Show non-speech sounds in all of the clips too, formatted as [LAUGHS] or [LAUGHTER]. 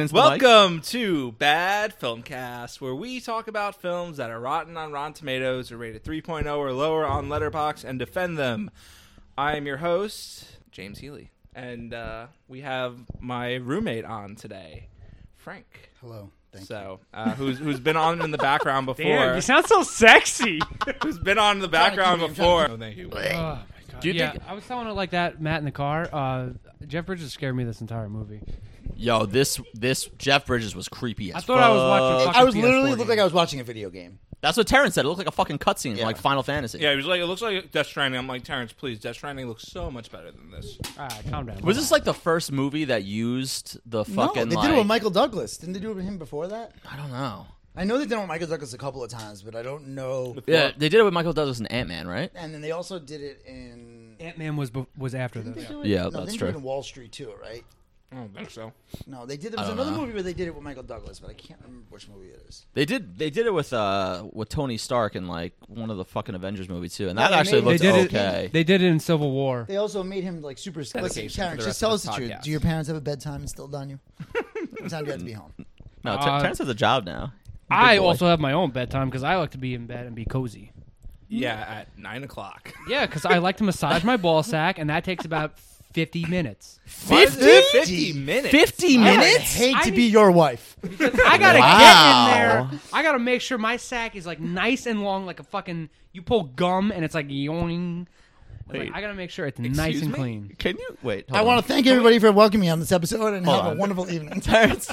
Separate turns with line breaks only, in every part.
It's the
Welcome to Bad Filmcast, where we talk about films that are rotten on Rotten Tomatoes or rated 3.0 or lower on Letterbox and defend them. I am your host, James Healy, and uh, we have my roommate on today, Frank.
Hello. Thank
So, uh, who's who's been on in the background before?
Damn, you sound so sexy.
[LAUGHS] who's been on in the
trying to
background
keep- I'm
before?
trying
Oh my god.
Do you
yeah,
think-
I was telling it like that, Matt in the car. Uh, Jeff Bridges scared me this entire movie.
Yo, this this Jeff Bridges was creepy as
I thought I was
fuck.
watching.
I was literally looked like I was watching a video game.
That's what Terrence said. It looked like a fucking cutscene from
Yeah.
like Final Fantasy.
Yeah, he was like, it looks like Death Stranding. I'm like, Terrence, please, Death Stranding looks so much better than this.
Ah, calm down.
Was this like the first movie that used the fucking?
no, they
like,
did it with Michael Douglas. Didn't they do it with him before that?
I don't know.
I know they did it with Michael Douglas a couple of times, but I don't know.
Yeah, they did it with Michael Douglas and Ant Man, right?
And then they also did it in.
Ant Man was bef- was after
Didn't
this.
they do it-
Yeah,
no,
that's
they did it
true.
in Wall Street too, right?
Oh, I don't think so.
No, they did. There
I
was
don't
another
know.
movie where they did it with Michael Douglas, but I can't remember which movie it is.
They did. They did it with uh with Tony Stark in like one of the fucking Avengers movies too, and
Yeah,
that
they
actually
made-
looked
they did it-
okay.
They did it in Civil War.
They also made him like super. Listen,
Dedication for the
Terrence, just
rest
tell
of
us the
this
truth.
podcast.
Do your parents have a bedtime instilled
[LAUGHS]
on you? what time do you have to be home?
no, Ter-
Uh,
Terrence has a job now.
I
boy.
[LAUGHS]
also have my own bedtime because I like to be in bed and be cozy.
Yeah, at nine o'clock.
Yeah, because I like to massage my ball sack, and that takes about
[LAUGHS]
fifty minutes.
Why is it 50 minutes.
Fifty
I'd
minutes.
hate
I
to be
need-
your wife.
I gotta get
Wow.
in there. I gotta make sure my sack is like nice and long, like a fucking. You pull gum and it's like yoing. Like,
Wait.
I gotta make sure it's
Excuse
nice and
me?
clean.
Can you wait?
I want to thank everybody for welcoming me on this episode and
Hold
have
on. [LAUGHS]
a wonderful evening. [LAUGHS]
Terrence.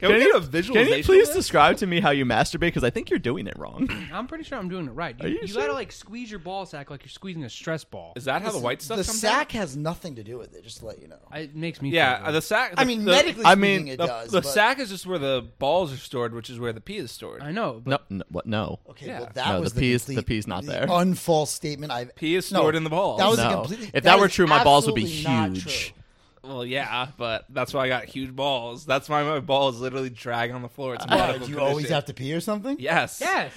Can we
Can
get
you-
a
Can
visualization?
you please describe to me how you masturbate? Because I think you're doing it wrong.
I'm pretty sure I'm doing it right. You,
Are you
you
sure?
gotta like squeeze your ball sack like you're squeezing a stress ball.
Is that how the white stuff
the
comes
sack
out?
has nothing to do with it. Just to let you know.
I- It makes me.
Yeah,
feel
uh,
good.
the sack.
I mean,
the,
medically
I
speaking,
mean,
it
the,
does.
the
but-
sack is just where the balls are stored, which is where the pee is stored.
I know, but
No, no, what? No.
Okay,
Yeah.
well, that
No,
was
the pee is-
complete-
the pee's not
the
there.
Unfalse statement. I've
Pee is stored
No,
in the balls.
That was a
No.
completely.
If that were
is
true, my balls would be
absolutely not
huge.
true.
well, yeah, but that's why I got huge balls. That's why my balls literally drag on the floor. It's a
Why,
medical
Uh, do you always
condition.
have to pee or something?
Yes.
[LAUGHS]
yes,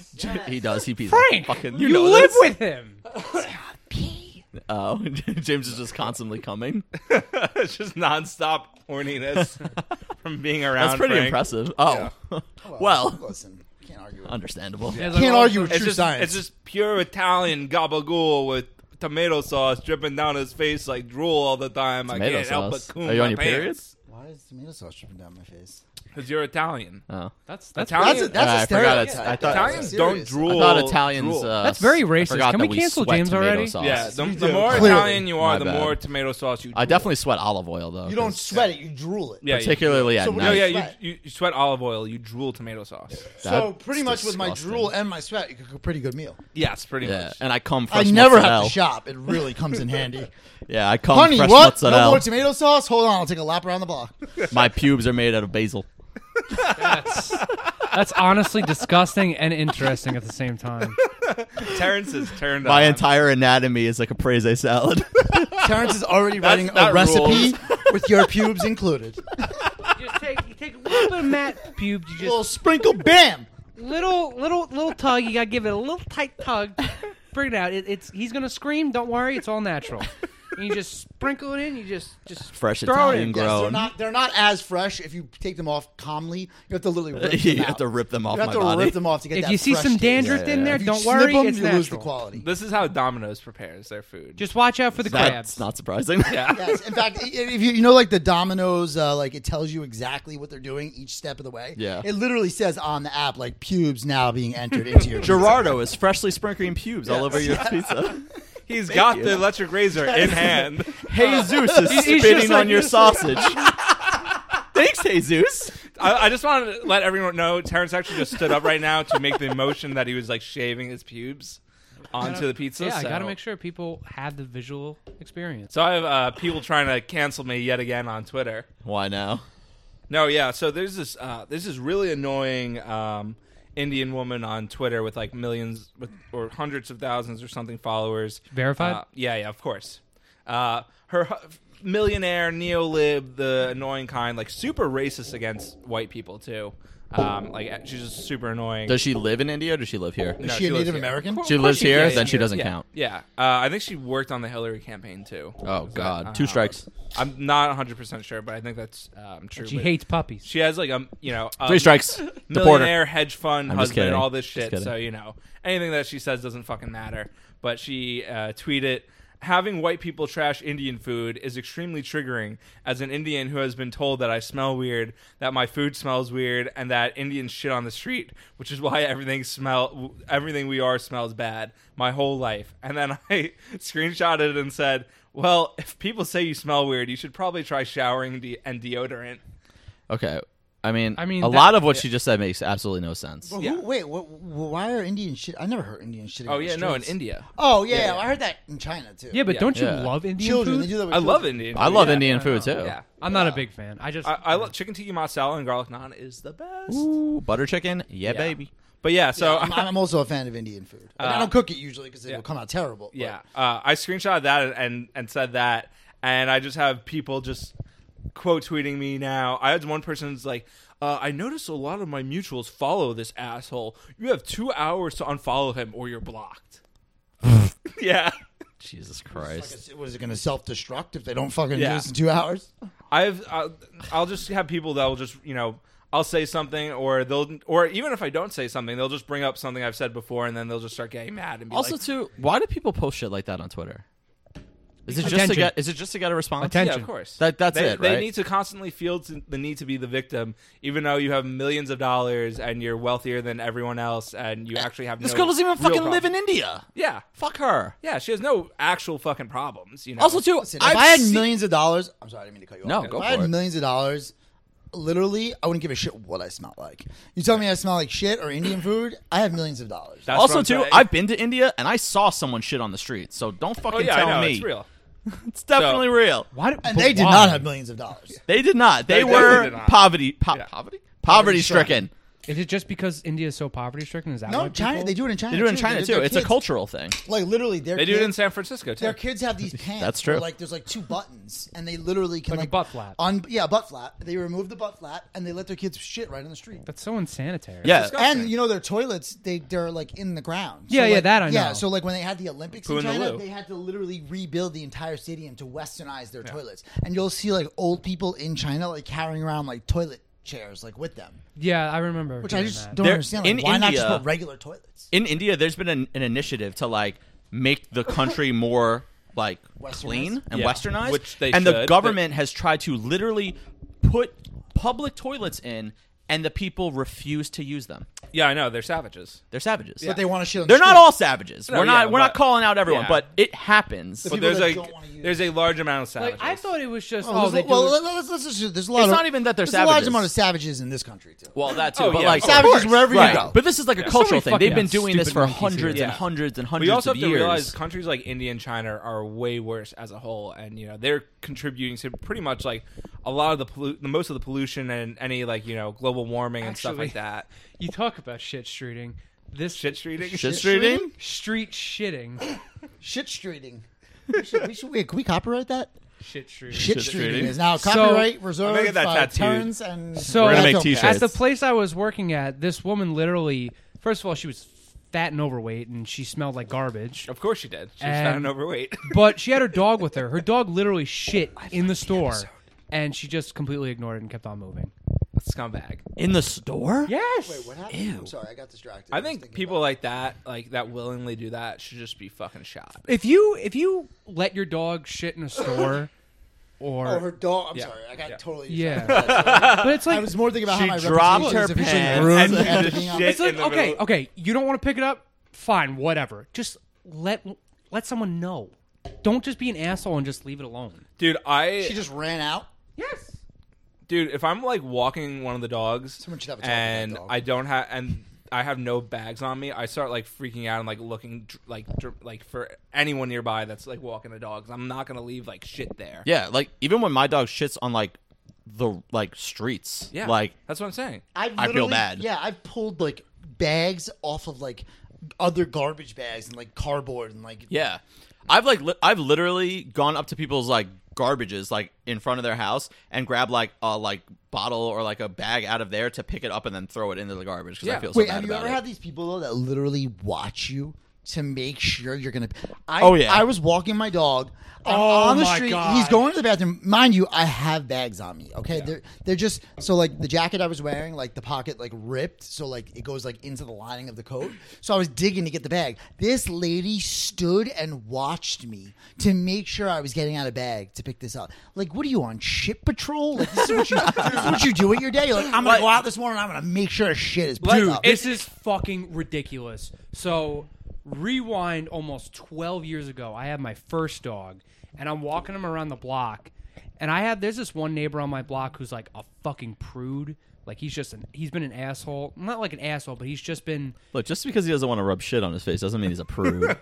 He does. He pees.
[LAUGHS] Frank,
fucking,
you,
know
live
this.
with him.
[LAUGHS] Oh, [LAUGHS] James is just constantly coming.
[LAUGHS] it's just nonstop
[LAUGHS]
horniness from being around.
That's pretty
Frank.
impressive. [LAUGHS] Oh, well,
[LAUGHS] listen, can't
[LAUGHS]
argue. With
understandable.
Yeah, it's like, oh,
Can't
well,
argue with
It's
true
just
science.
it's just pure Italian gabagool with tomato sauce dripping down his face like drool all the time. I
Tomato
can't help but
sauce?
coon
Are you on
my
your period?
pants.
Why is tomato sauce dripping down my face?
Because you're Italian.
Oh.
That's that's
Italian-
That's a,
Uh, I
that's
forgot
a stereotype.
it's- I thought-
Italians
That's
don't
serious.
I
drool.
thought Italians.
drool.
Uh,
That's very
I
racist.
forgot
Can
that
we cancel
sweat
James
tomato
already?
sauce.
Yeah, the,
We
the
do.
more
Clearly.
Italian you are,
My
the
bad.
more tomato sauce you.
I
drool.
definitely sweat olive oil though.
You don't
'cause-
sweat it; you drool it.
Yeah, you-
particularly at
So-
night.
No, yeah,
Sweat.
you, you you sweat olive oil, you drool tomato sauce.
So
That's
pretty much with my
disgusting.
drool and my sweat, you could cook a pretty good meal.
Yes, pretty
Yeah,
much.
and I come fresh.
I never
mozzarella.
have to shop; it really
[LAUGHS]
comes in handy.
Yeah, I come
Honey,
fresh
what? No
mozzarella.
more tomato sauce? Hold on, I'll take a lap around the
[LAUGHS]
block.
my pubes are made out of basil.
That's, [LAUGHS] that's honestly disgusting and interesting at the same time.
Terrence is turned
My
on.
entire anatomy is like a prese salad. [LAUGHS]
Terrence is already writing a
that
recipe
rules.
[LAUGHS] with your pubes
[LAUGHS]
included.
[LAUGHS] You just take you take a little bit of Matt pube, you
little
just
sprinkle, bam.
little little little tug. You gotta give it a little tight
[LAUGHS]
tug. Bring it out. It, it's he's gonna scream. Don't worry, it's all natural. And you just sprinkle it in. You just just
Fresh
throw it
Italian
in.
grown.
Yes, they're not they're not as fresh if you take them off calmly. You have to literally rip them
[LAUGHS] you
out.
have to rip them off
You have
my
to
body.
rip them off to get
If
that
you see
fresh
some
taste.
dandruff
Yeah,
in
yeah,
there,
If you
don't
snip
worry,
them,
it's
you
natural.
lose the quality.
This is how Domino's prepares their food.
Just watch out for the crabs.
That's not surprising.
yeah.
Yes. In fact, i- if you, you know, like the Domino's, uh, like it tells you exactly what they're doing each step of the way.
Yeah.
It literally says on the app, like pubes now being entered
[LAUGHS]
into
[LAUGHS]
your.
Gerardo is freshly sprinkling pubes all over your [LAUGHS] pizza.
He's got
you.
the electric razor in hand.
[LAUGHS]
Jesus [LAUGHS] is
He's- he's
spitting
just
on
like
your
this.
sausage. [LAUGHS] Thanks, Jesus.
I, I just wanted to let everyone know Terrence actually just stood up right now to make the motion that he was like shaving his pubes onto the pizza.
yeah, I
so-
gotta make sure people have the visual experience.
So I have uh, people trying to cancel me yet again on Twitter.
Why now?
No, yeah. So there's this uh, there's this really annoying um, Indian woman on Twitter with like millions with, or hundreds of thousands or something followers.
Verified?
Uh, yeah, yeah, of course. Uh, her hu- millionaire neolib, the annoying kind, like super racist against white people too. Um, like she's just super annoying.
Does she live in India or does she live here?
No,
she a
lives
Native
here.
American?
She lives
she
here,
is.
then she doesn't
Yeah.
count.
Yeah, uh, I think she worked on the Hillary campaign too.
Oh
Is that- I
God,
don't
two
know.
strikes.
I'm not 100 percent sure, but I think that's um, true.
She
but
hates puppies.
She has like um, you know, um,
Three strikes. Deporter.
millionaire hedge fund
I'm just
husband,
kidding.
all this
Just
shit.
kidding.
So you know, anything that she says doesn't fucking matter. But she uh, tweeted. Having white people trash Indian food is extremely triggering as an Indian who has been told that I smell weird, that my food smells weird, and that Indians shit on the street, which is why everything smell everything we are smells bad my whole life. And then I [LAUGHS] screenshotted it and said, "Well, if people say you smell weird, you should probably try showering de- and deodorant."
Okay. I mean,
I mean,
a
that-
lot of what she just said makes absolutely no sense.
Well,
Yeah.
who, wait, what, why are Indian shit? I never heard Indian shit.
Oh
in the
yeah, no, in
streets.
India.
Oh yeah,
Yeah, yeah.
I heard that in China too.
Yeah, but
Yeah.
don't you
Yeah.
love Indian
children,
food?
they do that. With
I love
children.
Indian.
I love
Yeah.
Indian
I
food too.
know.
Yeah.
I'm not a big fan. I just
I, I love chicken tikka masala and garlic naan is the best.
Ooh, butter chicken. Yeah,
Yeah.
baby.
But yeah, so [LAUGHS]
I'm, I'm also a fan of Indian food. Like, I
Uh,
don't cook it usually because it'll
yeah.
come out terrible. but-
yeah, uh, I screenshot that and, and said that, and I just have people just quote tweeting me now. I had one person's like. Uh, I noticed a lot of my mutuals follow this asshole. You have two hours to unfollow him, or you're blocked. [LAUGHS] yeah,
Jesus
Like
Christ.
I was it going to self destruct if they don't fucking
Yeah.
do this in two hours?
I've I'll, I'll just have people that will just you know I'll say something or they'll or even if I don't say something they'll just bring up something I've said before and then they'll just start getting mad and be
Also,
like,
too, why do people post shit like that on Twitter? Is it just to
Attention.
get? Is it just to get a response?
Attention.
Yeah, of course.
That- that's
they,
it,
They
right?
need to constantly field the need to be the victim, even though you have millions of dollars and you're wealthier than everyone else, and you actually have.
This
no
girl doesn't even
real
fucking live in
problems.
India.
Yeah,
Fuck her.
yeah. She has no actual fucking problems. You know.
Also, too,
Listen,
I've
if I had
seen-
millions of dollars, I'm sorry, I didn't mean to cut you
No,
off.
go
if
for
I had
it.
millions of dollars, literally, I wouldn't give a shit what I smell like. You tell me I smell like shit or Indian food, I have millions of dollars.
That's what
also
I'm
too,
saying.
I've been to India and I saw someone shit on the street. So don't
Oh
fucking
yeah,
tell
I know
me.
it's real.
It's definitely real.
Why? do- but
and they did
why?
not have millions of dollars.
They did not. They,
They
were
definitely did not.
poverty, po-
Yeah.
poverty, poverty stricken.
Is it just because India is so poverty stricken? Is that
No,
why
China,
people-
they do it in China.
They do it in
too.
China
Their
too. It's a
kids-
cultural thing.
Like literally, their
They do it in
kids-
San Francisco too.
Their kids have these
[LAUGHS]
pants.
That's
where,
true.
Like there's like two buttons, and they literally can
Like a
like
butt flap.
On yeah, butt flap. They remove the butt flap, and they let their kids shit right on the street.
That's so insanitary.
Yeah,
disgusting.
And you know their toilets, they they're like in the ground.
Yeah, yeah,
like-
that I
Yeah,
know.
so like when they had the Olympics
Poo in
in
the
China,
loo.
they had to literally rebuild the entire stadium to westernize their toilets. And you'll see like old people in China like carrying around like toilet chairs like with them,
yeah, I remember.
which I
hearing
just
that.
don't
There-
understand.
in
Like, why not just
India-
put regular toilets?
in India, there's been an, an initiative to like make the country [LAUGHS] more like
Westernized?
clean and
Yeah,
westernized,
which they
and the
should.
government has tried to literally put public toilets in, and the people refuse to use them.
yeah, I know they're savages.
They're savages.
But they want to shit. On
They're
the
not
street.
all savages.
No,
we're not.
yeah,
we're not
but-
calling out everyone,
yeah.
but it happens.
But
But
People
there's
that
like
don't wanna use
there's a large amount of savages.
Like I thought it was just.
Oh,
Oh,
there's-
they do
well,
it-
let- let's, let's just, there's a lot.
It's
of,
not even that they're
there's a large
savages.
amount of savages in this country too.
well, that too.
Oh,
but
yeah,
like
of
savages
course.
wherever you
Right.
go.
But this is like a
Yeah.
cultural
Somebody
thing.
fucking
They've been
has
doing this
stupid
for
monkeys here.
hundreds and
Yeah.
hundreds and hundreds
we also
of
have to
years.
realize countries like India and China are way worse as a whole, and you know they're contributing to pretty much like a lot of the pollu- the most of the pollution and any like you know global warming and stuff
Actually-
like that.
you talk about shit streeting. This
Shit streeting,
Shit streeting?
street
[COUGHS]
shitting.
Shit streeting. We should, we should, wait, can we copyright that?
shit streeting.
Shit
streeting.
streeting is now
So-
copyright
gonna
reserved
get that
by
tattooed.
Terrence and
So
We're gonna make
That's okay.
t-shirts.
At the place I was working at, this woman literally, first of all, she was fat and overweight, and she smelled like garbage.
Of course she did. She's
And-
fat and overweight. [LAUGHS]
But she had her dog with her. Her dog literally shit in the store, and she just completely ignored it and kept on moving.
Scumbag.
in the store.
Yes.
Wait, what happened? I'm sorry, I got distracted.
I
was
think
thinking
people
about-
like that, like that willingly do that, should just be fucking shot.
If you if you let your dog shit in a
[LAUGHS]
store, or
Oh, her dog. I'm
Yeah.
sorry, I got
Yeah.
totally.
Yeah.
distracted by that.
but it's
I
like
was more thinking about
She
how my
dropped her
reputation is officially
pants
ruined
and
after
just
being on-
shit.
it's like
in the
okay,
middle.
okay, you don't want to pick it up, fine, whatever. Just let let someone know. Don't just be an asshole and just leave it alone.
Dude, I
She just ran out.
Yes.
dude, if I'm like walking one of the dogs
Someone should have a talk with that
and
dog.
I don't have and I have no bags on me, I start like freaking out and like looking dr- like dr- like for anyone nearby that's like walking the dogs. I'm not gonna leave like shit there.
Yeah, like even when my dog shits on like the like streets,
yeah,
like
that's what I'm saying.
I've
I feel
literally-
bad.
Yeah, I've pulled like bags off of like other garbage bags and like cardboard and like
yeah, I've like li- I've literally gone up to people's like garbages like in front of their house and grab like a like bottle or like a bag out of there to pick it up and then throw it into the garbage because I
Yeah.
feel so
Wait,
bad
have you
about
ever
it.
had these people though that literally watch you to make sure you're gonna? I,
Oh, yeah.
I was walking my dog. I'm
Oh,
on the
my
street.
God.
He's going to the bathroom. Mind you, I have bags on me. Okay, they're they're just so like the jacket I was wearing, like the pocket like ripped, so like it goes like into the lining of the coat. So I was digging to get the bag. This lady stood and watched me to make sure I was getting out of bag to pick this up. Like, what are you on ship patrol? Like, this is what you, this is what you do at your day. You're like, I'm gonna
Like-
go out this morning. I'm gonna make sure shit is picked
Like,
up.
it-
This is fucking ridiculous. So, rewind almost 12 years ago, I had my first dog, and I'm walking him around the block. And I had, there's this one neighbor on my block who's like a fucking prude. Like, he's just, an, he's been an asshole. Not like an asshole, but he's just been,
Look, just because he doesn't want to rub shit on his face doesn't mean he's a
[LAUGHS]
prude.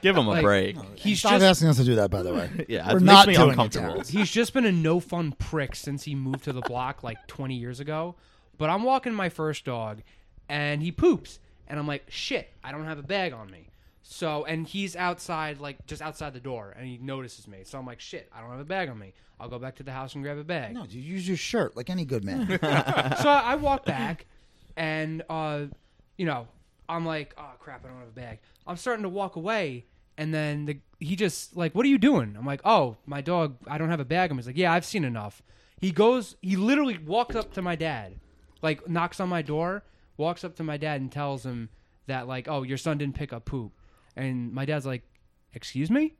Give him a
like,
break.
he's
Stop
just,
asking us to do that, by the way.
[LAUGHS] Yeah,
we're
it makes
not
me
doing
uncomfortable.
It, Terrence.
he's just been a no fun prick since he moved to the block like 20 years ago. But I'm walking my first dog, and he poops, and I'm like, shit, I don't have a bag on me. So, and he's outside, like just outside the door, and he notices me. So I'm like, shit, I don't have a bag on me. I'll go back to the house and grab a bag.
no, dude, use your shirt like any good man.
so I, I walk back, and uh, you know, I'm like, oh crap, I don't have a bag. I'm starting to walk away, and then the, he just like, what are you doing? I'm like, oh, my dog, I don't have a bag. And he's like, yeah, I've seen enough. He goes, he literally walks up to my dad, like knocks on my door, walks up to my dad and tells him that like, oh, your son didn't pick up poop, and my dad's like, excuse me.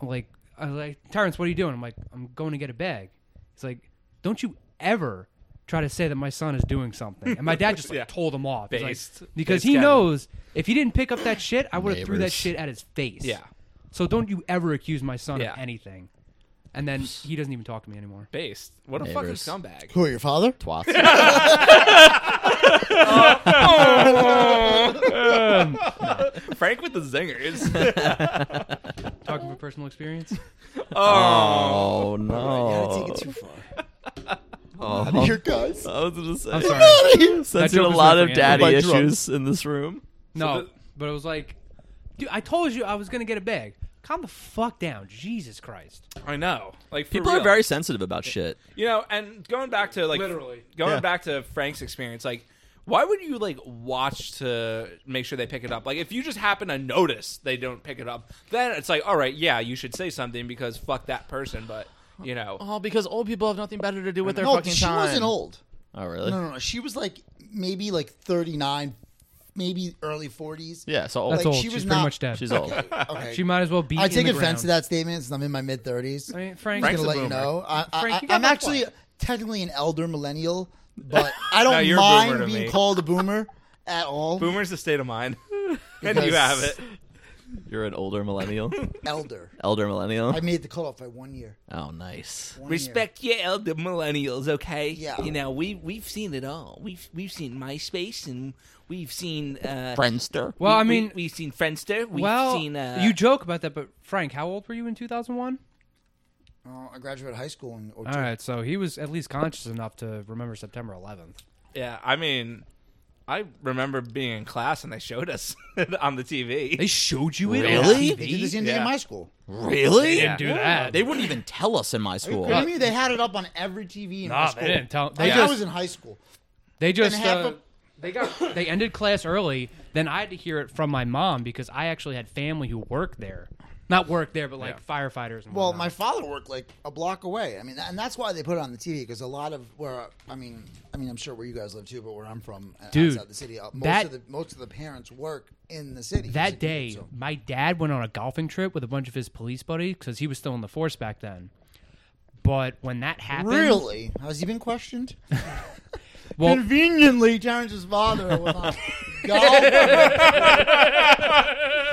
I'm like, I'm like, Terrence, what are you doing? I'm like, I'm going to get a bag. He's like, don't you ever try to say that my son is doing something. And my dad just like
Yeah.
told him off. He's like-
Based-
because
based
he
cabinet.
knows if he didn't pick up that shit, I would have threw that
Neighbors.
shit at his face.
Yeah.
So don't you ever accuse my son
Yeah.
of anything. And then he doesn't even talk to me anymore.
Based. What a
Neighbors.
fucking
[LAUGHS]
scumbag. [LAUGHS]
Who are your father? [LAUGHS]
Twats.
Frank with the zingers.
[LAUGHS]
[LAUGHS]
Talking from personal experience.
oh no!
take it too far.
[LAUGHS]
Oh. Here, guys.
I was gonna say.
I'm
[LAUGHS]
sorry. That
Sensing
joke
a
was
lot
meant
of
for
daddy
Andy.
issues
By
in this room.
No, but it was like, dude, I told you I was gonna get a bag. Calm the fuck down, Jesus Christ.
I know. Like for
People are
real.
very sensitive about shit.
You know, and going back to like
Literally.
going
Yeah.
back to Frank's experience, like why would you like watch to make sure they pick it up? Like if you just happen to notice they don't pick it up, then it's like, all right, yeah, you should say something because fuck that person. But you know,
Oh, because old people have nothing better to do with their
No, she wasn't old.
Oh, really?
No, no, no. She was like maybe like 39, maybe early 40s.
Yeah, so old.
That's
Like,
old.
she
She's
was
pretty
not-
much dead.
She's
[LAUGHS]
old.
Okay.
she might as well be.
I take
in the
offense
ground.
to that statement since I'm in my mid 30s.
I mean, Frank.
I'm
Frank's
going to
a
let you
boomer.
know. I, I,
Frank, you got
I'm
my
actually
point.
technically an
[LAUGHS]
elder millennial, but I
No,
don't
you're a boomer
mind
to
being
me.
called a boomer at all.
boomer's the state of mind, [LAUGHS] and you
Because-
have it.
You're an older millennial.
Elder.
[LAUGHS] Elder millennial.
I made the cutoff by one year.
Oh, nice.
One year.
Respect your elder millennials, okay?
Yeah.
You know, we we've seen it all. We've we've seen MySpace and we've seen uh
Friendster.
Well, I
we-
mean,
we, have seen Friendster. We've
well,
seen uh,
you joke about that, but Frank, how old were you in 2001?
Uh, I graduated high school in
All right, so he was at least conscious enough to remember September 11th.
Yeah, I mean, I remember being in class and they showed us [LAUGHS] on the TV.
They showed you it.
Really?
They did the same thing
Yeah.
in my school.
Really?
They didn't do that.
They wouldn't even tell us in my school.
Kidding me? They had it up on every TV in
Nah,
my
they
school.
didn't tell- they
Like,
just-
I was in high school.
They just
And half
uh,
of-
they got they ended class early. Then I had to hear it from my mom because I actually had family who worked there, not worked there, but like firefighters. And
Well,
whatnot.
my father worked like a block away. I mean, and that's why they put it on the TV because a lot of where I mean, I mean, I'm sure where you guys live too, but where I'm from, uh,
Dude,
outside the city, uh, most
that-
of the most of the parents work in the city. So,
That day,
so-
my dad went on a golfing trip with a bunch of his police buddies because he was still in the force back then. But when that happened,
Really? Has he been [LAUGHS] questioned?
Well-
Conveniently, Terrence's father was [LAUGHS] on golf.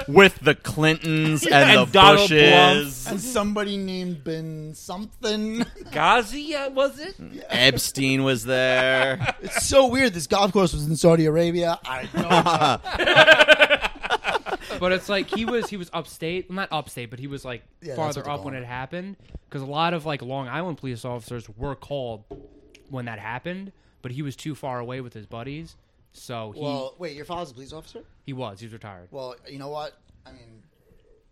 With the
[LAUGHS]
Clintons and, the
And Donald
Bushes,
and somebody named Ben something.
Ghazi, uh, was it?
[LAUGHS] Epstein was
[LAUGHS]
there.
It's so weird. This golf course was in Saudi Arabia. I [LAUGHS] don't
but it's like he was he was upstate, well, not upstate, but he was like
Yeah, that's what
farther
they're
up when
calling
it happened because a lot of like Long Island police officers were called when that happened, but he was too far away with his buddies, so he
Well, wait, your father's a police officer?
he was he was retired.
Well, you know what? I mean,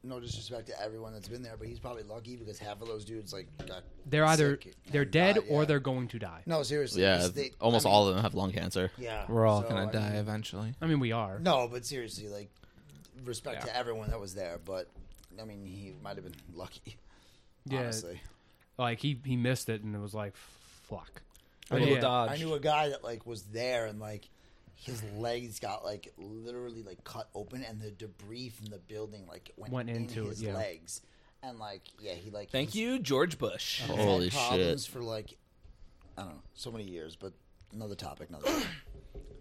no disrespect to everyone that's been there, but he's probably lucky because half of those dudes like got
They're either
sick and
they're dead
died,
or
yeah.
they're going to die.
no seriously.
Yeah,
it's- they-
almost
I mean,
all of them have lung cancer.
Yeah,
We're all
so, I
gonna
mean,
die eventually.
I mean, we are.
No, but seriously, like respect
Yeah.
to everyone that was there, but I mean, he might have been lucky.
Yeah.
honestly.
Like he he missed it and it was like fuck.
A
But
little
yeah.
dodge.
I knew a guy that like was there and like his legs got like literally like cut open and the debris from the building like went,
Went
in
into it,
his
yeah.
legs and like yeah he like
Thank
he's
you, George Bush.
Oh.
had
Holy
problems
shit.
for like I don't know so many years but another topic another topic.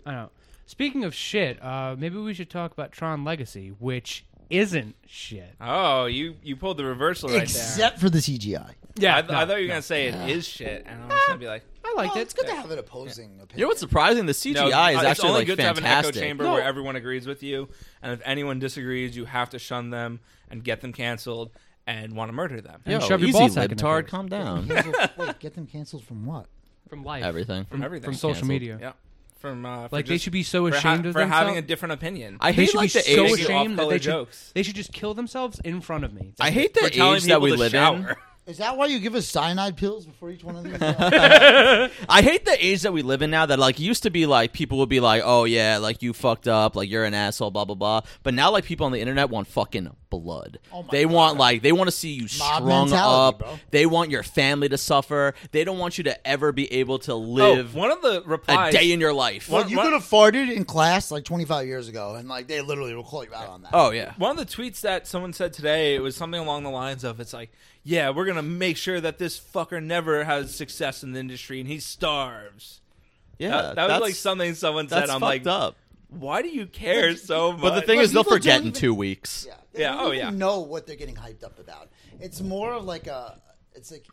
I know. Speaking of shit, uh, maybe we should talk about Tron Legacy, which isn't shit.
Oh, you you pulled the reversal right there.
except for the CGI
Yeah, I, th- I thought you were gonna say it is shit, and I was gonna be like,
I liked
well,
it.
Oh, it's good to have an opposing opinion
You know what's surprising? The CGI
no, uh,
is
it's
actually
only
like
good to have an
fantastic.
echo chamber
No.
where everyone agrees with you, and if anyone disagrees, you have to shun them and get them canceled and want to murder them.
Yeah.
Yo,
Shove your
easy,
ballsack in their
libtard.
face.
Calm down.
[LAUGHS]
wait get them canceled from what
From life,
Everything.
from
everything.
from social
Canceled.
media.
Yeah, from uh, for
Like they
just-
should be so
for ha-
ashamed of
for having a
themselves.
different opinion.
I
they
hate
should
like
be
the
so
age.
Making
ashamed that
off-color
they should,
jokes.
they should just kill themselves in front of me.
I hate the
We're telling
age that
people
we
to
live in.
shower.
is that why you give us cyanide pills before each one of [LAUGHS] these
[LAUGHS]
I hate the age that we live in now that like used to be like people would be like, "Oh yeah, like you fucked up, like you're an asshole, blah blah blah." But now like people on the internet want fucking blood.
Oh, my
they
God.
want like they want to see you
Mob
strung
mentality,
up.
bro.
They want your family to suffer. They don't want you to ever be able to
Oh,
live
one of the
a
replies.
day in your life.
What-
Well, you could have farted in class like 25 years ago, and like they literally will call you out on that.
Oh yeah.
One of the tweets that someone said today, it was something along the lines of, "It's like, yeah, we're gonna make sure that this fucker never has success in the industry and he starves."
Yeah.
That, that was
that's-
like something someone
that's
said. I'm
fucked
like,
up.
why do you care so much?
But the thing is they'll
people
forget
don't
in
even-
2 weeks.
yeah. They
Yeah,
don't
oh,
even
yeah.
Know what they're getting hyped up about. It's more of like a. It's like.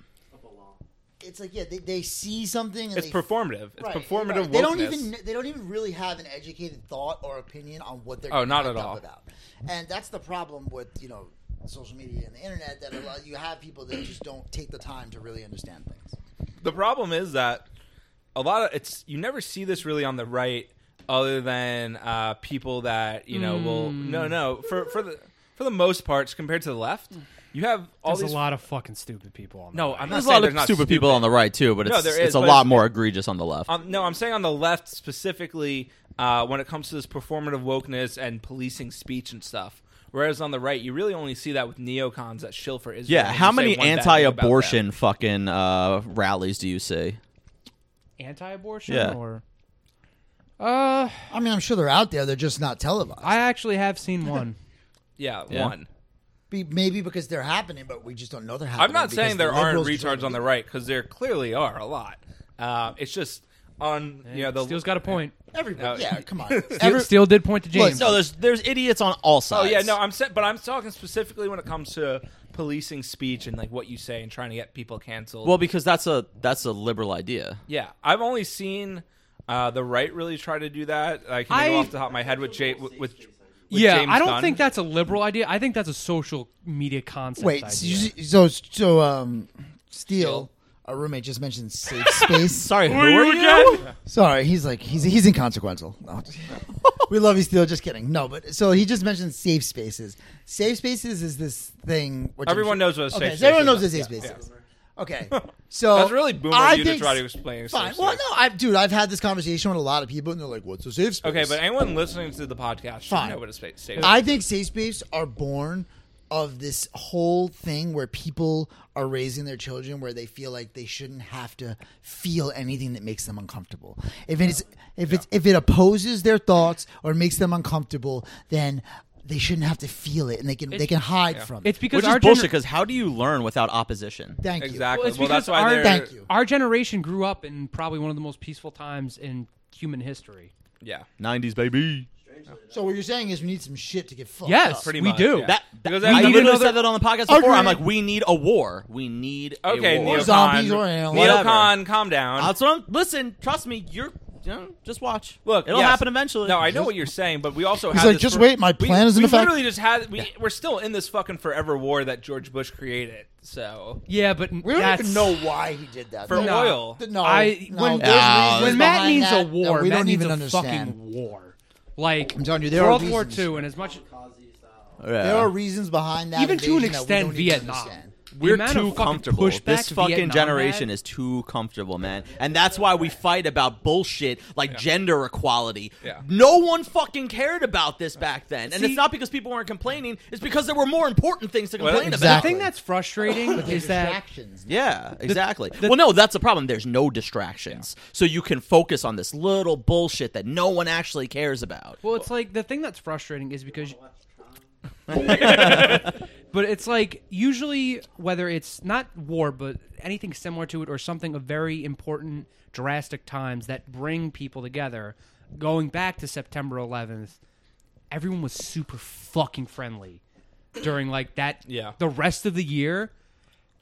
It's like yeah, they, they see something. And
it's
they,
performative. It's
right,
performative.
right. They don't
wokeness.
even. They don't even really have an educated thought or opinion on what they're.
Oh,
getting
not
hyped
at
up
all.
About. And that's the problem with you know social media and the internet that allow, you have people that just don't take the time to really understand things.
The problem is that a lot of it's you never see this really on the right, other than uh, people that you know will
Mm.
no no for for the for the most parts compared to the left, you have all
There's a
these
lot of fucking stupid people on.
No, I'm not
There's a
saying
lot
there's
of
not
stupid people on the right too, but
No,
it's,
there is,
it's a
but
lot
it's-
more egregious on the left.
Um, no, I'm saying on the left specifically uh, when it comes to this performative wokeness and policing speech and stuff. Whereas on the right, you really only see that with neocons that shill for Israel.
yeah,
and
how
say
many
one bad thing about them.
anti-abortion fucking uh, rallies do you see?
anti-abortion
Yeah.
or. Uh,
I mean, I'm sure they're out there. They're just not televised.
I actually have seen one.
Yeah,
Yeah.
one.
Be, maybe because they're happening, but we just don't know they're happening.
I'm not
because
saying
the
there aren't
liberals
retards on the right because there clearly are a lot. Uh, it's just on you know the
Steele's got a point.
Everybody,
No.
yeah, come [LAUGHS] on.
Every,
Every,
Steele did point to James.
No, there's there's idiots on all
Oh
sides.
yeah, no, I'm sa- but I'm talking specifically when it comes to policing speech and like what you say and trying to get people canceled.
Well, because that's a that's a liberal idea.
Yeah, I've only seen uh, the right really try to do that. I can
I-
go off the top of my head with Jay. With, with
yeah,
James
I don't
Gunn.
think that's a liberal idea. I think that's a social media concept.
wait, so,
idea.
you- so so um, Steele, our roommate just mentioned safe
[LAUGHS]
space.
Sorry, who are you?
[LAUGHS]
Again?
Sorry, he's like he's he's inconsequential. No. we love you, Steele. Just kidding. No, but so he just mentioned safe spaces. Safe spaces is this thing. Which I'm
Everyone knows what a
okay,
safe
so everyone
space is.
knows what safe
Yeah,
space is. Okay,
[LAUGHS]
so
That's really boomer
I
you to
think-
try to explain a
Fine.
safe
Well,
space.
no, I've dude, I've had this conversation with a lot of people, and they're like, "What's a safe space?"
Okay, but anyone listening to the podcast should
Fine.
know what a space safe
I think safe space are born of this whole thing where people are raising their children where they feel like they shouldn't have to feel anything that makes them uncomfortable. If it's if it's if it opposes their thoughts or makes them uncomfortable, then they shouldn't have to feel it and they can they can hide from it.
it's because
Which
our
is bullshit.
gener-
Because how do you learn without opposition?
Thank you.
Exactly.
Well, it's
Well, that's
because
why they're.
our-
Thank you.
our generation grew up in probably one of the most peaceful times in human history.
Yeah.
Nineties baby.
So what you're saying is we need some shit to get fucked
Yes,
up.
pretty
we
much,
do.
yeah.
That,
Because
because
I
I
need
literally
another-
said that on the podcast before. I'm
Agreed.
like, we need a war. We need
Okay,
a war.
neocon.
zombies or aliens.
Neocon, calm down.
That's what I'm- listen, trust me. You're you know, just watch.
Look,
it'll
yes.
happen eventually.
No, I know what you're saying, but we also
He's
had
like,
this
"Just
for-
wait, my
we-
plan is in
we
effect."
literally just had. We, We're still in this fucking forever war that George Bush created. So
Yeah, but
We don't
that's,
even know why he did that.
for
though.
No.
oil,
No,
I-
no,
when-
there's
Ah,
reasons
When Matt
behind
needs
that
a
that
war,
we
Matt
don't
needs
even
a
understand.
fucking war. Like
I'm telling you, there are
World War
reasons.
II, and as much
Yeah.
There are reasons behind that.
Even to an
invasion that we
extent,
don't even
Vietnam.
understand.
The
We're
amount
too
of fucking
comfortable.
pushback
This fucking
Vietnam
generation
had-
is too comfortable, man. And that's why we fight about bullshit like gender equality.
Yeah.
No one fucking cared about this back then. And
See-
it's not because people weren't complaining, it's because there were more important things to
Well,
complain about.
The
Exactly.
thing
[LAUGHS]
that's frustrating is that
Distractions.
Yeah, exactly. well, no, that's the problem. There's no distractions. So you can focus on this little bullshit that no one actually cares about.
Well, it's like the thing that's frustrating is because.
[LAUGHS]
[LAUGHS] but it's like usually whether it's not war but anything similar to it or something of very important drastic times that bring people together going back to September 11th everyone was super fucking friendly during like that
Yeah.
the rest of the year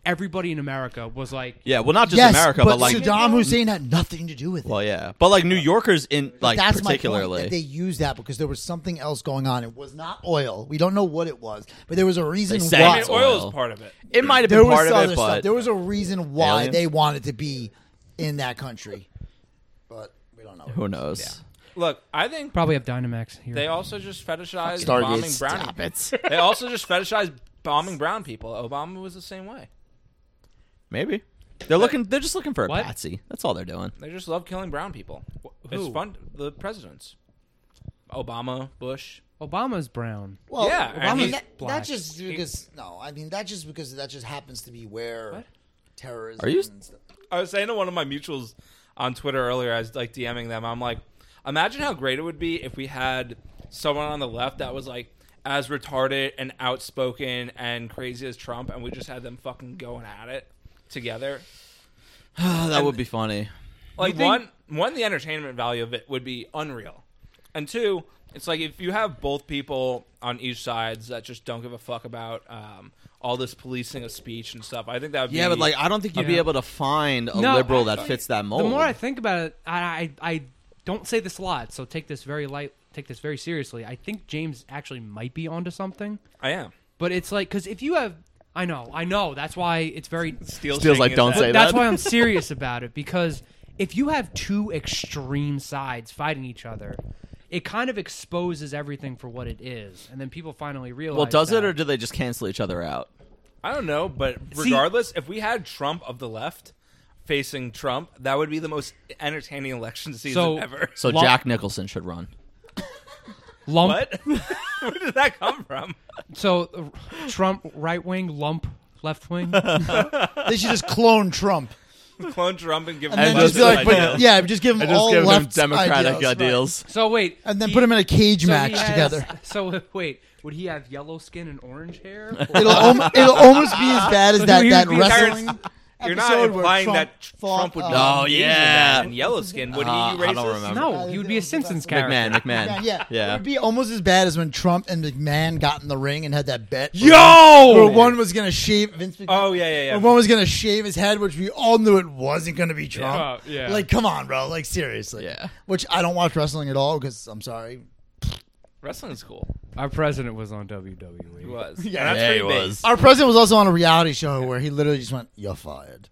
everybody in America was like
yeah, well, not just
yes,
America, but,
but,
like.
Saddam Hussein had nothing to do with it.
well, yeah, but like New Yorkers in like
That's my
particularly.
point, that they used that because there was something else going on. It was not oil. We don't know what it was, but there was a reason
They said
I
why.
mean,
Lots of
oil
oil.
is part of it.
it might have
there
been
was
part of
other
it,
stuff.
but
There was a reason why
Aliens?
they wanted to be in that country, but we don't know.
who knows?
Look, I think
probably have Dynamax here
they also just fetishize bombing
Stargate,
brown.
stop it.
They also just fetishize bombing brown people. Obama was the same way.
Maybe they're looking. They're just looking for a
What?
patsy. That's all they're doing.
They just love killing brown people. It's
who?
fun. The presidents, Obama, Bush.
Obama's brown
Well,
Yeah,
I
and
mean
he's
that,
black.
that's just because no, I mean that's just because that just happens to be where terrorism.
Are you-
and stuff-
I was saying to one of my mutuals on Twitter earlier, I was like DMing them. I'm like, imagine how great it would be if we had someone on the left that was like as retarded and outspoken and crazy as Trump, and we just had them fucking going at it together.
Oh, that would be funny.
Like
think-
one, one, the entertainment value of it would be unreal, and two, it's like if you have both people on each sides that just don't give a fuck about um, all this policing of speech and stuff. I think that would be
Yeah, but like I don't think you'd be
Yeah.
able to find a
No,
liberal that
actually,
fits that mold.
The more I think about it, I, I I don't say this a lot, so take this very light, take this very seriously. I think James actually might be onto something,
I am.
but it's like because if you have, I know, I know, that's why it's very.
Steele's
Steele's like,
shaking his
"Don't
head.
say
that's
that. [LAUGHS]
why I'm serious about it because if you have two extreme sides fighting each other. It kind of exposes everything for what it is, and then people finally realize.
well, does it
that.
or do they just cancel each other out?
I don't know, but
See-
regardless, if we had Trump of the left facing Trump, that would be the most entertaining election [LAUGHS] season
So-
ever.
So
Well-
Jack Nicholson should run.
lump?
what? [LAUGHS] Where did that come from?
So, uh, Trump right wing, lump
[LAUGHS]
left wing.
They should just clone Trump
Clone Trump and give him
and, then
bunch
just be
of
like, but,
ideas.
yeah, just give them all left right.
So wait,
and then
he-
put them in a cage
So
match
he has-
together.
[LAUGHS] So wait, would he have yellow skin and orange hair?
It'll om- it'll almost be as bad as
So
that
he
that
would be tired-
wrestling.
You're
episode
not
where
implying
Trump
that Tr-
fought,
Trump would
uh,
be
Oh,
an Asian
yeah.
man and yellow skin. Would he?
Uh,
You racist?
I don't remember.
[LAUGHS] no, he would be a Simpsons character.
McMahon, McMahon.
Yeah,
yeah.
It would be almost as bad as when Trump and McMahon got in the ring and had that bet. where-
Yo,
where one was gonna shave Vince McMahon.
Oh yeah, yeah, yeah.
where one was gonna shave his head, which we all knew it wasn't gonna be Trump.
Yeah. Oh, yeah.
Like, come on, bro. Like, seriously.
Yeah.
Which I don't watch wrestling at all because I'm sorry.
Wrestling is cool.
our president was on E. WWE.
He was. And
Yeah.
that's
Yeah, he
pretty big.
was.
Our president was also on a reality show where he literally just went, "You're fired."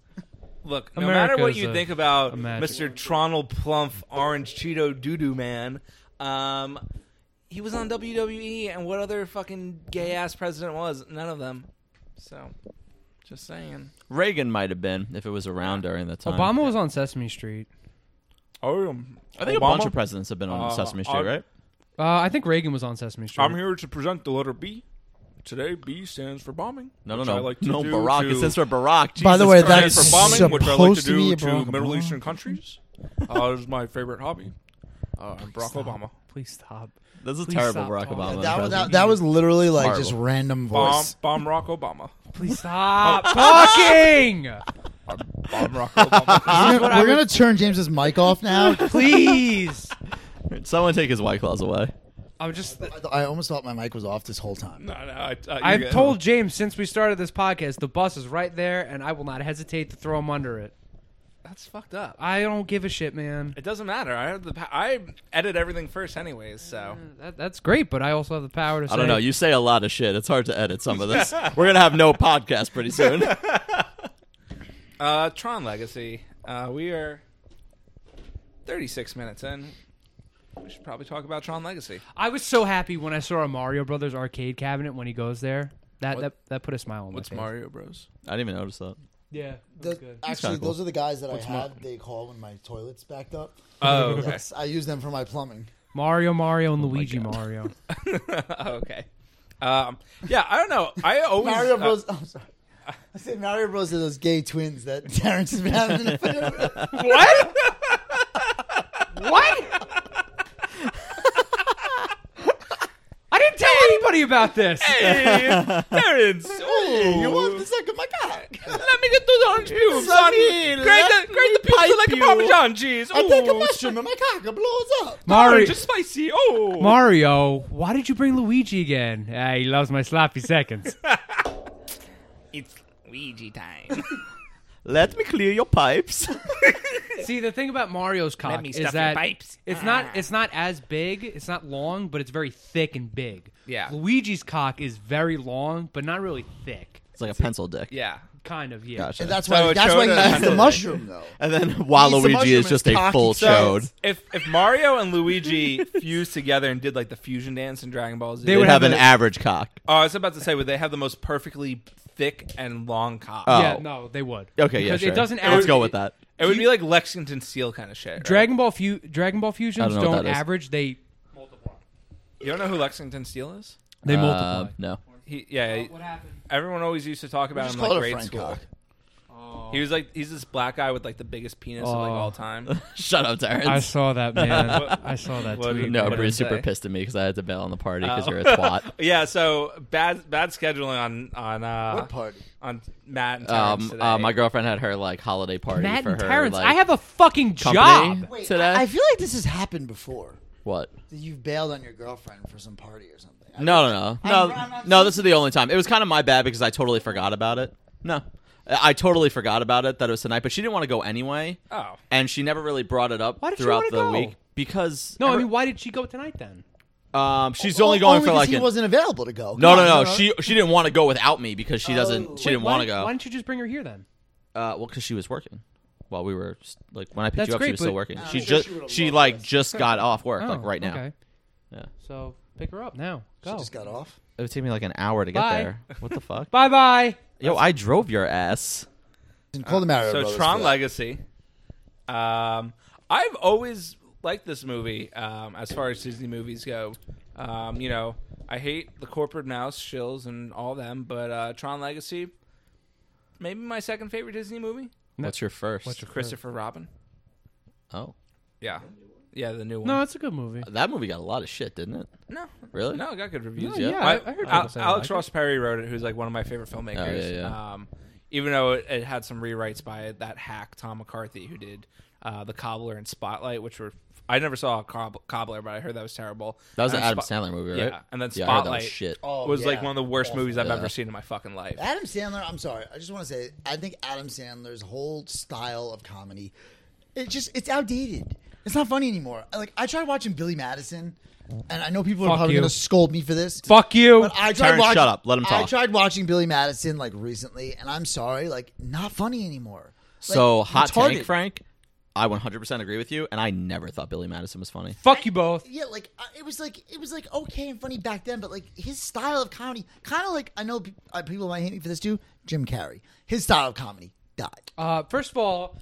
Look, no matter what
America's
you
a-
think about
a magic-
Mr. Tronal Plump Orange Cheeto Doo Doo Man, um, he was on WWE, and what other fucking gay ass president was? None of them. So, just saying.
Reagan might have been if it was around during the time.
Obama was on Sesame Street.
Oh,
I think a bunch of presidents have been on
Uh,
Sesame Street,
I-
right?
Uh, I think Reagan was on Sesame Street.
here to present the letter B. Today, B stands for bombing.
No, no, no, no. Barack. It stands for Barack.
By the
Jesus
way,
Christ.
that is supposed to be a Barack Obama.
countries. Uh, is my favorite hobby. Uh, I'm Barack Obama.
Please stop.
That's a
Please
terrible
stop
Barack Obama.
talking.
That was, that,
president.
that was literally like
Horrible.
just random [LAUGHS]
Bomb,
voice.
bomb Barack Obama.
Please stop talking.
Bomb Barack Obama.
We're gonna, we're gonna turn James's mic off [LAUGHS] now.
Please.
Someone take his white claws away.
I'm just.
I almost thought my mic was off this whole time.
no, no, I, uh, I,
I've told James since we started this podcast, the bus is right there, and I will not hesitate to throw him under it.
That's fucked up.
I don't give a shit, man.
It doesn't matter. I have the pa- I edit everything first, anyways. So
Mm.
That, that's great, but I also have the power to.
I don't know. You say a lot of shit. It's hard to edit some of
[LAUGHS]
this. We're gonna have no podcast pretty soon.
uh, Tron Legacy. Uh, we are thirty-six minutes in. We should probably talk about Tron Legacy.
I was so happy when I saw a Mario Brothers arcade cabinet when he goes there. That
What-
that, that put a smile on
What's
my face.
Mario
[LAUGHS]
Bros?
I didn't even notice that.
Yeah,
Those- actually,
kinda cool.
those are the guys that I had. They call when my toilet's backed up. [LAUGHS]
Oh, okay. [LAUGHS]
Yes, I use them for my plumbing.
Mario, Mario,
Oh
and
[LAUGHS]
Luigi, Mario.
okay. Um, yeah, I don't know.
[LAUGHS]
I always
Mario
uh,
Bros. I'm sorry. I said Mario Bros. are those gay twins that [LAUGHS] Terrence has been having [LAUGHS] an affair with.
what?
[LAUGHS]
what? I didn't tell anybody about this.
[LAUGHS] Hey,
[LAUGHS]
Terrence.
Hey, you
ooh.
want the second my cock? [LAUGHS]
Let me get those orange pubes.
Let
son.
me-
grate
let
the, grate the pizza like a Parmesan cheese.
I take a
Ooh,
mushroom and my cock it blows up.
Mario,
orange is spicy. Oh,
Mario, why did you bring Luigi again? Ah, he loves my
[LAUGHS]
sloppy seconds.
it's Luigi time.
Let me clear your
[LAUGHS]
pipes.
See, the thing about Mario's cock
Let me
is
stuff your
that
pipes. Ah.
it's not it's not as big, it's not long, but it's very thick and big.
Yeah.
Luigi's cock is very long, but not really thick.
it's like a pencil dick.
[LAUGHS] yeah.
Kind of, yeah.
Gotcha.
And that's
So
why.
it
that's
showed
why he
us-
likes the mushroom though.
and then Waluigi
mushroom
is just
and
a
cocky
full
chode.
chode.
If if Mario and
[LAUGHS]
Luigi fused together and did like the fusion dance in Dragon Ball Z,
They
They would
have
have an
a-
average cock.
Oh, I was about to say, would they have the most perfectly thick and long cock?
Oh.
Yeah, no, they would.
Okay, yeah,
Because
sure.
It doesn't average.
Let's go with that.
it would be like Lexington Steel kind of shit. right?
Dragon Ball Fu- Dragon Ball fusions
I don't
don't,
know what that is.
average. They
You don't know who Lexington Steel is?
they
Uh,
multiply.
No.
He, yeah. he-
happened?
everyone always used to talk about
Just
him
call
like
it a
grade
Frank
school.
cock.
He was like, he's this black guy with like the biggest penis of like
Oh.
all time.
Shut up, Terrence.
I saw that
[LAUGHS]
man. I Oh. saw that
What-
tweet.
no,
What did
Bree's
it
super
say?
pissed at me because I had to bail on the party because you're a
[LAUGHS]
twat.
yeah. So bad, bad scheduling on on uh,
What party?
on Matt and Terrence
Um,
today.
uh, my girlfriend had her like holiday party
Matt
for
and
her.
Terrence,
like,
I have a fucking
company
job.
Wait,
today.
I, I feel like this has happened before.
what?
That you've bailed on your girlfriend for some party or something. I-
No, no, no,
I'm-
no,
I'm- I'm-
no. This is the only time. It was kind of my bad because I totally forgot about it. No, I I totally forgot about it that it was tonight, but she didn't want to go anyway,
oh,
and she never really brought it up
Why did she
throughout
wanna
the
go?
week because
No, I mean, why did she go tonight then?
um, she's
O-
only going for
'cause
like
he
an-
wasn't available to go.
no,
Come
no,
on,
no,
come on.
She she didn't want to go without me because she doesn't she
Wait,
didn't
Oh, why
want to
didn't-
go.
Why didn't you just bring her here then?
Uh, well, because she was working while we were like when I picked
That's
you up,
great,
she was still
but-
working.
I'm
She
sure
just
she would've
she,
loved
like
this.
just got off work like
Oh,
right now.
Okay.
Yeah.
So pick her up now.
She
Go.
just got off.
It would take me like an hour to
Bye.
get there. What the fuck?
Bye bye.
Yo, I drove your ass.
Call the Mario
so
Brothers for
Tron
that.
Legacy. Um, I've always liked this movie. Um, as far as Disney movies go, um, you know, I hate the corporate mouse shills and all them, but uh, Tron Legacy, maybe my second favorite Disney movie.
What's your first?
Christopher Robin.
oh,
Yeah, yeah, the new one.
No, it's a good movie.
that movie got a lot of shit, didn't it?
No,
Really?
No, it got good reviews.
No, yeah,
My-
I- I heard
Al-
people say they
Alex
liked it.
Ross Perry wrote it, who's like one of my favorite filmmakers.
Oh, yeah, yeah.
Um, even though it, it had some rewrites by that hack Tom McCarthy, who did uh, the Cobbler and Spotlight, which were I never saw Cobb- Cobbler, but I heard that was terrible.
That was an
And
Adam
Spot-
Sandler movie,
Yeah,
right?
and then
yeah, I heard that was
Spotlight.
shit.
Oh,
was like
yeah.
one of the worst
Awful.
movies I've
Yeah.
ever seen in my fucking life.
Adam Sandler, I'm sorry. I just want to say, I think Adam Sandler's whole style of comedy, it just it's outdated. It's not funny anymore. Like I tried watching Billy Madison, and I know people are
Fuck
probably
you.
going to scold me for this.
Fuck you.
But I tried
Terrence,
watching,
shut up. Let him
I
talk.
tried watching Billy Madison like recently, and I'm sorry, like not funny anymore. Like,
so hot
retarded.
take, Frank. I 100% agree with you, and I never thought Billy Madison was funny.
Fuck you both.
Yeah, like uh, it was like it was like okay and funny back then, but like his style of comedy, kind of like I know pe- uh, people might hate me for this too. Jim Carrey, his style of comedy died.
Uh, first of all,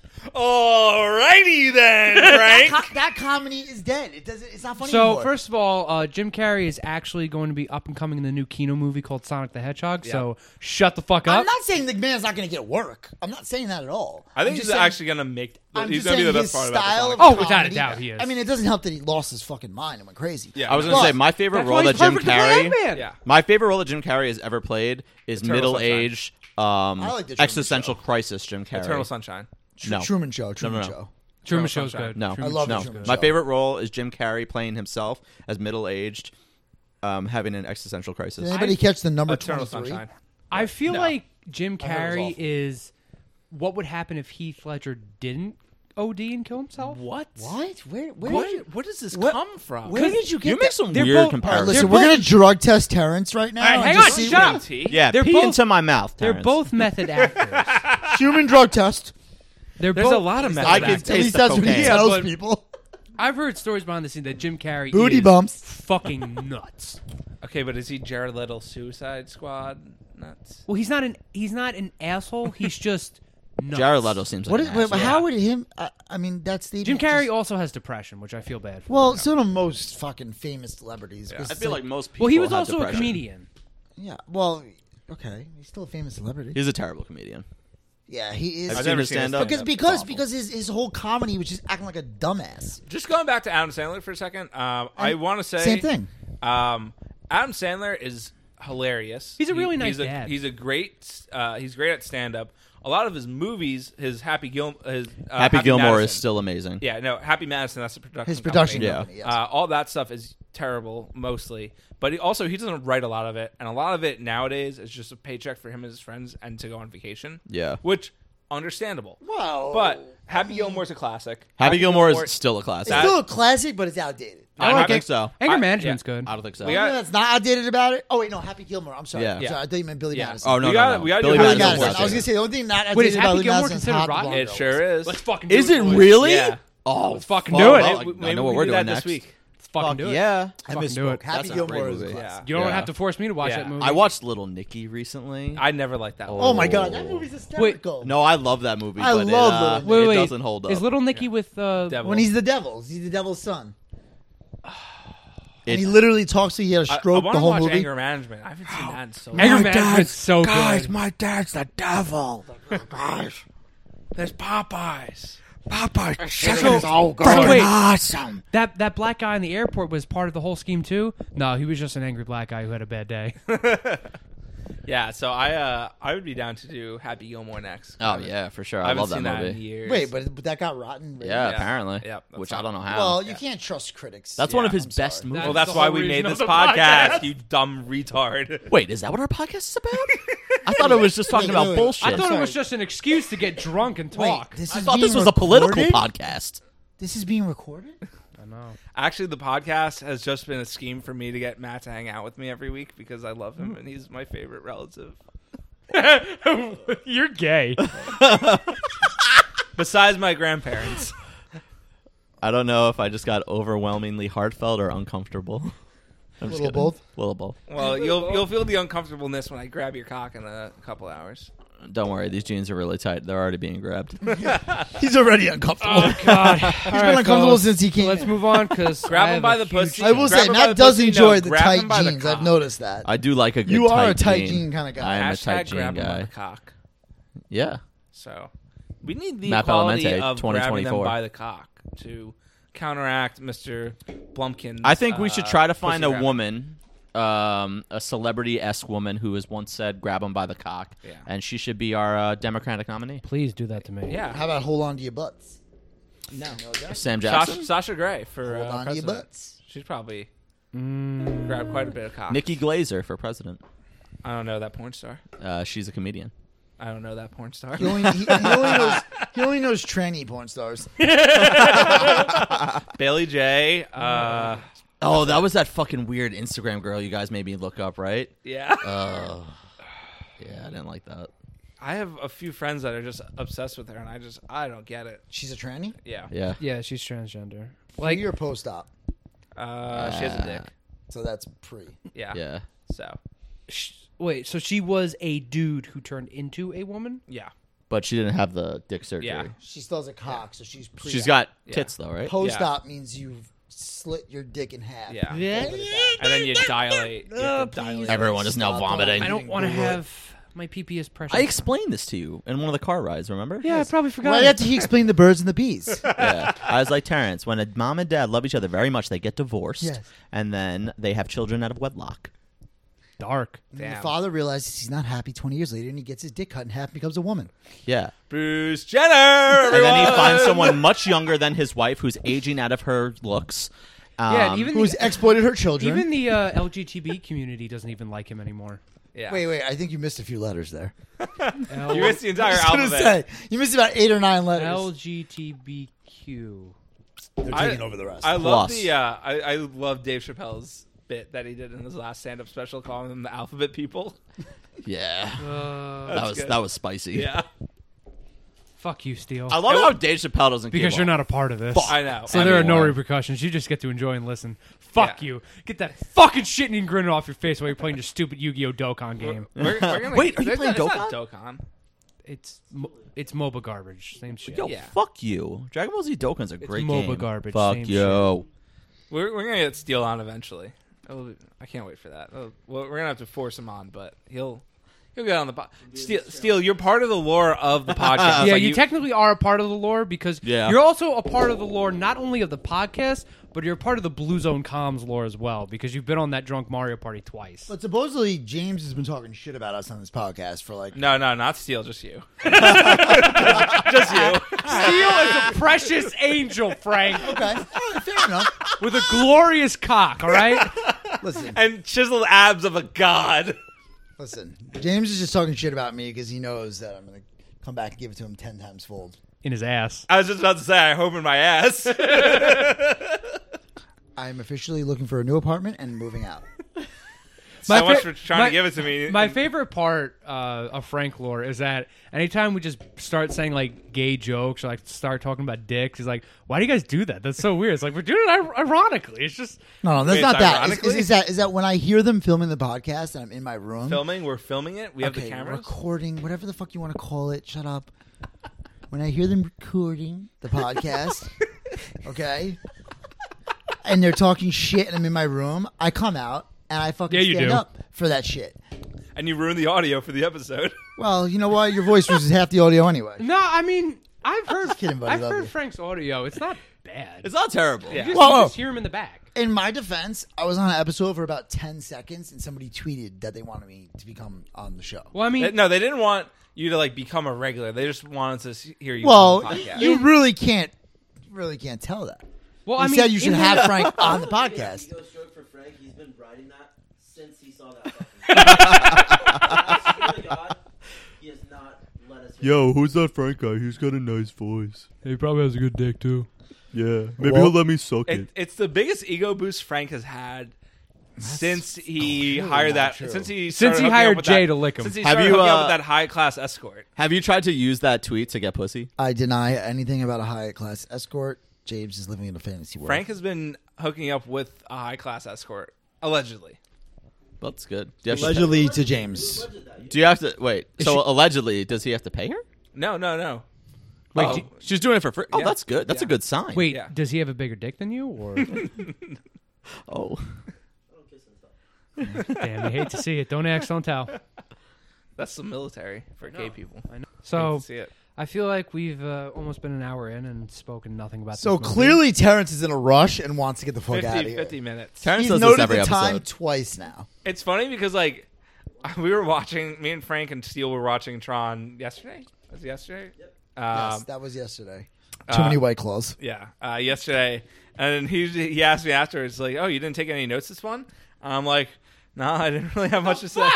Alrighty then,
[LAUGHS] That,
Frank.
co- that comedy is dead. It doesn't. It's not funny
so
anymore.
first of all, uh, Jim Carrey is actually going to be up and coming in the new Kino movie called Sonic the Hedgehog. So shut the fuck up.
I'm not saying the man's not going to get work. I'm not saying that at all.
I think
I'm
he's
just saying-
actually gonna make.
I'm
he's
just
gonna be
saying
the
his
best part
style
about the
of
Oh, without a
comedy-
doubt, he is.
I mean, it doesn't help that he lost his fucking mind and went crazy.
Yeah.
I was going to
Well,
say my favorite
That's
role
why
that
he's
Jim
perfect for
Carrey.
Ant-Man.
Yeah.
My favorite role that Jim Carrey has ever played is
Eternal
middle-aged um,
I like the Truman
existential crisis Jim Carrey.
Eternal Sunshine.
no.
Truman Show. Truman
no.
Show.
Truman Show's
Sunshine.
good.
No,
Truman
I love
no.
the Truman
My
Show.
favorite role is Jim Carrey playing himself as middle-aged, um, having an existential crisis.
Did anybody catch the number
Eternal
23?
Sunshine.
I feel
No.
like Jim
heard it was
Carrey
awful.
is what would happen if Heath Ledger didn't OD and kill himself.
What?
What? Where? Where? did
Where,
you-
where does this
What-
come from?
Where did you get
you make
that?
some
they're
weird
both-
All right,
comparisons.
listen,
They're
we're
both-
going to drug test Terrence right now.
All right,
and
hang
just
on,
see
shut
what-
up.
yeah,
They're
pee
both-
into my mouth.
They're
Terrence.
both method actors.
Human drug test.
They're
There's
both,
a lot of
I
method
could
acting.
At
taste
least
the
that's what he
cocaine.
tells
but-
people.
I've heard stories behind the scene that Jim Carrey
Booty
is
bumps.
fucking nuts.
Okay, but is he Jared Little Suicide Squad nuts?
Well, he's not an he's not an asshole.
[LAUGHS]
He's just nuts.
Jared Leto seems like
[LAUGHS] What is,
an
wait,
asshole.
how would him? I, I mean, that's the
Jim Carrey
Just,
also has depression, which I feel bad for.
well, some of the most fucking famous celebrities. 'cause
I
it's
feel like most people.
Well, he was
have
also
depression.
a comedian.
yeah. Well, okay, he's still a famous celebrity.
He's a terrible comedian.
yeah, he is.
I've
I've
seen
never
his
seen his
stand up.
Because
Yeah,
because
awful.
because his, his whole comedy was just acting like a dumbass.
Just going back to Adam Sandler for a second. Um, I
And
want to say
Same thing.
Um, Adam Sandler is hilarious.
He's a really nice
he's a,
dad.
He's a great. Uh, he's great at stand up. A lot of his movies, his Happy Gil, his uh,
Happy, Gilmore
Madison.
is still amazing.
Yeah, no, Happy Madison. That's the production.
His production.
company.
Yeah.
company, yes.
Uh, all that stuff is terrible mostly, but he, also he doesn't write a lot of it, and a lot of it nowadays is just a paycheck for him and his friends and to go on vacation.
Yeah.
which understandable.
Wow.
But Happy Gilmore's a classic.
Happy Gilmore is still a classic.
it's still a classic, but it's outdated.
I don't
Happy-
think so.
Anger
I-
management's
yeah.
good.
I don't think so.
We
You
got-
know that's not outdated about it. Oh wait, no, Happy Gilmore. I'm sorry.
Yeah.
I'm
Yeah.
sorry. I thought you meant Billy
Yeah.
Madison.
oh no, no,
We gotta-
no.
we gotta
Billy
do
Billy
Madison
Madison's
Madison.
was
I was
outdated.
gonna say the only thing not outdated
Wait, is
about
Happy
Billy
Gilmore
Madison is
considered
Hot
rotten?
Blonde
It
Girls.
sure is.
Let's fucking do
Is it
it. boys.
really?
Yeah.
Oh,
Let's fucking
fuck.
do it.
Well,
Hey,
I
we- maybe
know what
we
we're
do
doing
that
next.
this week.
Fucking
Fuck
do it.
yeah.
I
Fucking do
misspoke.
it.
That's
Happy
a
Gilmore
great
is a
movie.
classic.
Yeah.
You don't
Yeah.
have to force me to watch
Yeah.
that movie.
I watched Little Nicky recently.
I never liked that one.
Oh my god, that movie's hysterical.
no, I love that movie.
I
but
love
it, uh,
Little
wait,
it
wait.
doesn't hold up.
Is Little Nicky with uh,
Devil.
when he's the devil's, he's the devil's son.
It-
and he literally talks like he had a
I-
stroke
I, wanna
the whole
watch
movie.
Anger Management. I haven't seen that in so long.
Anger Management's so good.
my dad's the devil. Guys,
There's Popeyes.
Papa
So-
Chicken's
so
all
wait.
good. Awesome.
That that black guy in the airport was part of the whole scheme too. No, he was just an angry black guy who had a bad day.
Yeah, so I uh, I would be down to do Happy Gilmore next.
oh yeah, for sure. I,
haven't
love that
seen that in
movie.
years.
Wait, but, but that got rotten. Really?
yeah,
Yeah.
apparently.
Yeah, that's
which I
fine.
don't know how.
Well, you can't trust critics.
that's one of
yeah,
his best movies.
well,
That's
that's
the
why
whole
we made
reason of
this
the
podcast,
podcast.
You dumb retard. [LAUGHS]
Wait, is that what our podcast is about?
[LAUGHS]
I thought it was just talking
Wait,
about
wait, wait.
bullshit.
I thought it
sorry.
was just an excuse to get drunk and
Wait,
talk.
this
I
is
thought
being
this was a political
recorded?
podcast.
This is being
[LAUGHS]
recorded.
I know.
Actually, the podcast has just been a scheme for me to get Matt to hang out with me every week because I love him and he's my favorite relative.
[LAUGHS] You're [LAUGHS] gay.
Besides my grandparents.
I don't know if I just got overwhelmingly heartfelt or uncomfortable. [LAUGHS] I'm just
Little
kidding.
both?
Little both.
[LAUGHS]
Well, you'll you'll feel the uncomfortableness when I grab your cock in a couple hours.
Don't worry, these jeans are really tight. They're already being grabbed. [LAUGHS]
He's already uncomfortable.
God,
He's been uncomfortable since he came.
Let's
in.
move on because
Grab him by the pussy.
I will
Grab
say,
him by the
Matt does
pussy,
enjoy
no,
the
grab
tight
him by the
jeans.
cock.
I've noticed that.
I do like a good
You are a
tight
tight
jean.
jean kinda guy.
I am a tight
Hashtag
jean
grab him by the
guy.
cock.
Yeah.
So we need the
Map
quality
Elemente,
of grabbing them
2024.
by the cock to counteract Mr. Blumpkin. uh,
I think we should try to find a
grabbing.
woman, um, a celebrity esque woman who has once said, grab him by the cock.
Yeah.
And she should be our uh, Democratic nominee.
Please do that to me.
Yeah.
How about hold on to your butts? No,
Sam Jackson.
Sasha, Sasha Gray for
hold
uh,
on to your
president.
butts.
She's probably grabbed quite a bit of cock.
Nikki Glazer for president.
I don't know that porn star.
Uh, she's a comedian.
I don't know that porn [LAUGHS] star.
He only, he, he only
[LAUGHS]
knows he only knows tranny porn stars.
Bailey J. Uh,
Oh, that was that fucking weird Instagram girl you guys made me look up, right?
[LAUGHS] yeah.
Oh. Yeah, I didn't like that.
I have a few friends that are just obsessed with her, and I just I don't get it.
She's a tranny.
Yeah.
Yeah.
Yeah, she's transgender.
Like you're post op,
Uh, she has a dick.
so that's pre.
Yeah.
Yeah.
So
Sh- Wait, so she was a dude who turned into a woman?
yeah.
But she didn't have the dick surgery.
Yeah.
She still has a cock, so she's pre.
She's got
Yeah.
tits, though, right?
post op means you've slit your dick in half.
Yeah.
Yeah.
Folded it back.
And then you dilate. You have to
please.
dilate.
Everyone is now
Stop
vomiting.
on.
I don't want to
Google it.
have my PP is precious.
I explained this to you in one of the car rides, remember?
yeah, I probably forgot.
Right after he explained the birds and the
[LAUGHS]
bees.
Yeah. I was like, Terrence, when a mom and dad love each other very much, they get divorced
Yes.
and then they have children out of wedlock.
Dark.
And the
Damn.
father realizes he's not happy 20 years later and he gets his dick cut in half and becomes a woman.
Yeah.
Bruce Jenner.
And then he
everyone!
finds someone much younger than his wife who's aging out of her looks. Um,
yeah, and even
Who's
the,
exploited her children.
even the uh, LGTB community doesn't even like him anymore.
Yeah.
wait, wait, I think you missed a few letters there.
[LAUGHS] You missed the entire
I was
alphabet.
going to say, you missed about eight or nine letters.
LGTBQ.
They're
I-
taking over the rest.
I love
Plus.
the. Uh, I, I love Dave Chappelle's bit that he did in his last stand-up special, calling them the alphabet people. [LAUGHS]
yeah.
Uh,
that was
Oh, good.
that was spicy.
Yeah.
Fuck you, Steele.
I love how Dave Chappelle doesn't
because
give
you're
a
not a part of this.
fuck.
I know.
So there are no
anymore.
repercussions. You just get to enjoy and listen. Fuck
Yeah.
you. Get that fucking shit and grin off your face while you're playing your stupid Yu-Gi-Oh! Dokkan game.
We're, we're gonna,
Wait, are you
that's
playing
not- that's not Dokkan?
It's mo- it's MOBA garbage. Same shit.
Yo,
Yeah.
fuck you. Dragon Ball Z Dokkan's a great
MOBA
game.
garbage,
Fuck
same
you.
We're, we're gonna get Steele on eventually. Oh, I can't wait for that. Oh, well, we're gonna have to force him on, but he'll he'll get on the pod. Steele, Steele, you're part of the lore of
[LAUGHS]
the podcast.
yeah,
Like,
you, technically are a part of the lore because
Yeah.
you're also a part of the lore not only of the podcast, but you're part of the Blue Zone comms lore as well because you've been on that drunk Mario party twice.
But supposedly James has been talking shit about us on this podcast for like
No, no, not Steele, just [LAUGHS] you.
Steel is a precious angel, Frank,
[LAUGHS]
okay, all right, fair enough.
with a glorious cock.
[LAUGHS]
All right,
Listen,
and chiseled abs of a god.
listen. James is just talking shit about me because he knows that I'm gonna come back and give it to him ten times fold.
in his ass.
I was just about to say, I hope in my
[LAUGHS]
ass.
I'm officially looking for a new apartment and moving out.
My
so much
fa-
for trying
my-
to give it to me.
My favorite part uh, of Frank lore is that anytime we just start saying like gay jokes or like start talking about dicks, he's like, "Why do you guys do that? That's so weird." It's like we're doing it ir- ironically. It's just
No, no, that's
Wait,
not that. Is,
ironically?
is- is that is that when I hear them filming the podcast and I'm in my room
filming. We're filming it. We have
okay,
the cameras.
recording, whatever the fuck you want to call it. Shut up. When I hear them recording the
[LAUGHS]
podcast, okay, and they're talking shit, and I'm in my room, I come out and I fucking
Yeah, you
stand
do.
up for that shit.
and you ruined the audio for the episode.
[LAUGHS]
Well, you know what? Your voice was half the audio anyway.
no. I mean, I've heard
kidding, buddy,
I've
love
heard
you. oh.
Frank's audio. It's not bad.
It's not terrible.
Yeah.
you just,
Whoa,
you
whoa.
just hear him in the back.
In my defense, I was on an episode for about ten seconds, and somebody tweeted that they wanted me to become on the show.
Well, I mean,
no, they didn't want you to like become a regular. They just wanted to s- hear you.
Well,
on the podcast.
you really can't, you really can't tell that.
well,
You
I mean,
said you should
in
have
the-
Frank on the
Yeah,
podcast.
he goes straight for Frank. He's been riding that since he saw
[LAUGHS]
that. fucking- I swear to God, he has not let us.
Yo, who's that Frank guy? He's got a nice voice.
He probably has a good dick too.
Yeah, maybe
Well-
he'll let me suck it.
It, it's the biggest ego boost Frank has had since he hired that. Since he
Since
started
he
hooking up
hired
with
Jay
that-
to lick him.
Since he
Have
started
you,
hooking
uh,
up with that high class escort.
Have you tried to use that tweet to get pussy?
I deny anything about a high class escort. James is living in a fantasy world.
Frank has been hooking up with a high class escort allegedly.
Well, that's good. Do you have,
allegedly to James.
To, do you have to wait? So allegedly, does he have to pay her?
No, no, no.
Wait,
Oh,
do-
she's doing it for free. Oh,
Yeah.
that's good. That's a
Yeah.
good sign.
[LAUGHS] wait,
Yeah.
does he have a bigger dick than you? Or
Oh,
damn, you hate to see it. Don't ask,
[LAUGHS]
don't tell.
That's the military for gay people. I know.
Oh.
So
see it.
I feel like we've uh, almost been an hour in and spoken nothing about.
So
this movie.
clearly, Terrence is in a rush and wants to get the fuck out of
50,
here.
50 minutes.
Terrence
He's
does
noted
this every
the
episode.
time twice now.
It's funny because like [LAUGHS] we were watching, me and Frank and Steele were watching Tron yesterday. Was it yesterday? Yep. Um,
yes, that was yesterday. Too many white claws.
Yeah, uh, yesterday, and he he asked me afterwards, like, "Oh, you didn't take any notes this one?" I'm like, "No, I didn't really have much to say."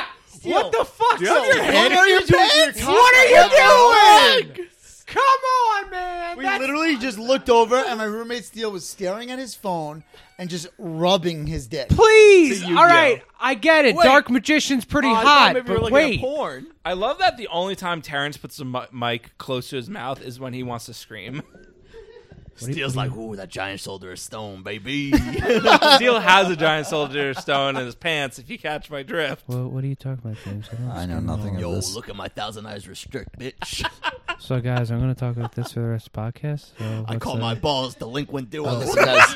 What the fuck?
hand
are you doing?
What are you
doing?
doing? Come on, man.
We
That's-
literally just looked over, and my roommate Steele was staring at his phone and just rubbing his dick.
please.
Yu-Gi-Oh.
All right, I get it. Dark Magician's
Oh,
pretty hot, but wait.
porn.
I love that the only time Terrence puts the mi- mic close to his mouth is when he wants to [LAUGHS] scream.
Steel's like, ooh, that giant shoulder of stone, baby.
Steele has a giant soldier stone in his pants. If you catch my drift,
Well, what are you talking about, James?
I know nothing
Yo,
of this.
look at my thousand eyes restrict, bitch.
So, guys, I'm going to talk about this for the rest of the podcast. So
I call my balls delinquent
Oh,
duo.
listen, guys.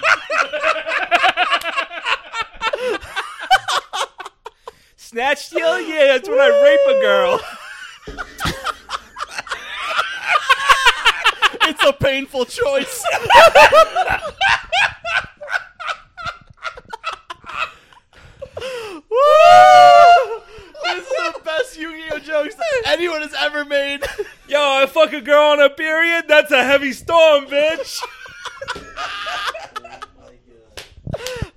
snatch Steele, yeah, that's when I rape a [LAUGHS] girl.
it's a painful choice. Woo! This is the best Yu-Gi-Oh jokes anyone has ever made.
Yo, I fuck a girl on a period. That's a heavy storm, bitch.
uh,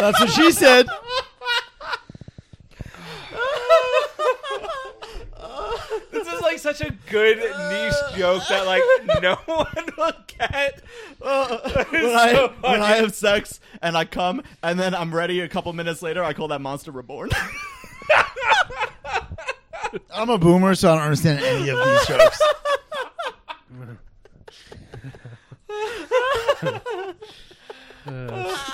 That's what
[LAUGHS]
she said.
[LAUGHS] This is like such a good niche joke that like no [LAUGHS] one will get.
when, I,
so
when I have sex and I come and then I'm ready a couple minutes later, I call that monster reborn.
I'm a boomer, so I don't understand any of these jokes.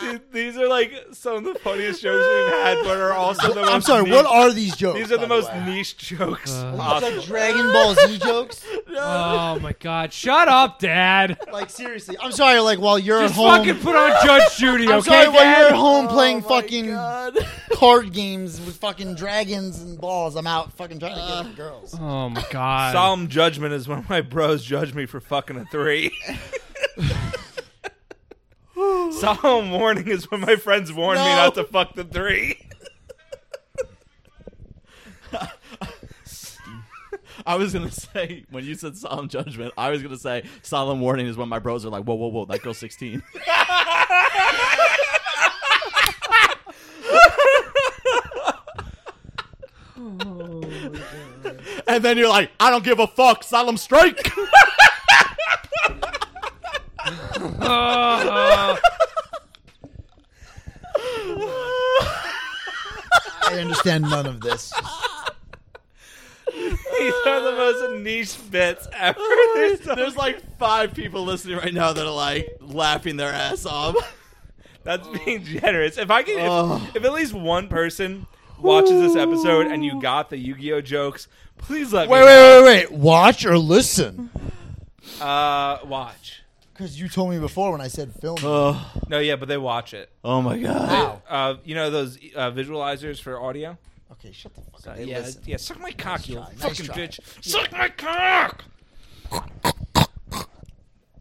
Dude, these are like some of the funniest jokes we've had, but are also the most.
I'm sorry.
niche-
What are these jokes?
These are
by
the Uh, most
way?
niche jokes.
Uh,
[LAUGHS]
It's
possible.
like Dragon Ball Z jokes.
Oh my god! Shut
[LAUGHS]
up, Dad.
Like seriously, I'm sorry. Like while you're
Just
at home,
fucking put on
[LAUGHS]
Judge Judy,
I'm
okay,
sorry. While
Dad?
you're at home
Oh
playing fucking card games with fucking dragons and balls, I'm out fucking trying to get some girls.
[LAUGHS] Oh my god!
Solemn judgment is when my bros judge me for fucking a three. [LAUGHS] Solemn warning is when my friends warn me
No.
not to fuck the three.
I was gonna [LAUGHS] say when you said solemn judgment, I was gonna say solemn warning is when my bros are like, whoa, whoa, whoa, that girl's
[LAUGHS]
sixteen. [LAUGHS] and then you're like, I don't give a fuck, solemn strike. [LAUGHS]
Uh-huh. I understand none of this.
[LAUGHS] These are the most niche bits ever.
Oh,
There's so-
There's like five people listening right now that are like laughing their ass off.
[LAUGHS]
[LAUGHS]
That's being generous. If I can,
Oh.
if, if at least one person watches this episode and you got the Yu-Gi-Oh jokes, please let
[LAUGHS] Wait,
me
wait, wait, wait. Watch or listen?
wait. Uh, watch.
Because you told me before when I said film.
Oh,
No, yeah, but they watch it.
oh my god.
wow.
Uh, you know those uh, visualizers for audio?
Okay, shut the fuck up. They
Yeah,
listen.
yeah. Suck my cock, you
try, nice
fucking
try.
bitch. Suck my cock.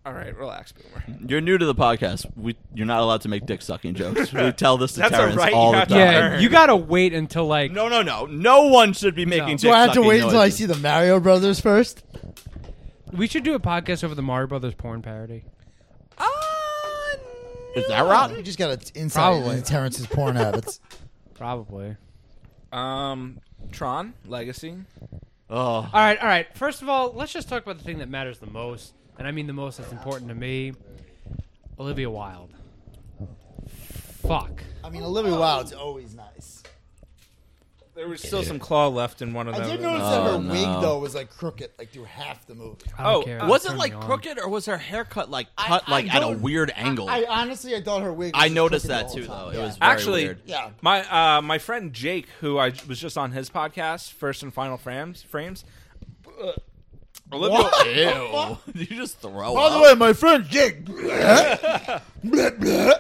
All right, relax, boomer.
You're new to the podcast. We, you're not allowed to make dick sucking jokes.
[LAUGHS]
We tell this to
That's a
Terrence
right
all
you
the
have to
time.
yeah,
Burn.
you gotta wait until like
No, no, no. No one should be making dick
Do I have to
sucking
wait until I
noises.
see the Mario Brothers first?
we should do a podcast over the Mario Brothers porn parody.
Is that rotten?
You just got an insight
Probably.
into Terrence's porn habits.
Probably.
Um, Tron Legacy.
Oh,
All right, all right. First of all, let's just talk about the thing that matters the most, and I mean the most that's important to me. Olivia Wilde. Fuck.
I mean, Olivia Wilde's always nice.
There was still some claw left in one of
I
them.
did notice
Oh,
that her
no.
wig though was like crooked, like through half the movie.
I don't
Oh,
care.
was it
Turn
like
me on.
crooked or was her haircut like cut
I
like at a
don't-
weird angle?
I
I,
honestly, I thought her wig. was just
noticed
crooked
that
the
too, though.
whole time.
It
Yeah.
was very
Actually,
weird.
Yeah.
my uh, my friend Jake, who I was just on his podcast, First and Final Frames. Frames. uh, Olivia,
Ew! Did you just throw
By the
up?
way, my friend Jake. Bleh, bleh.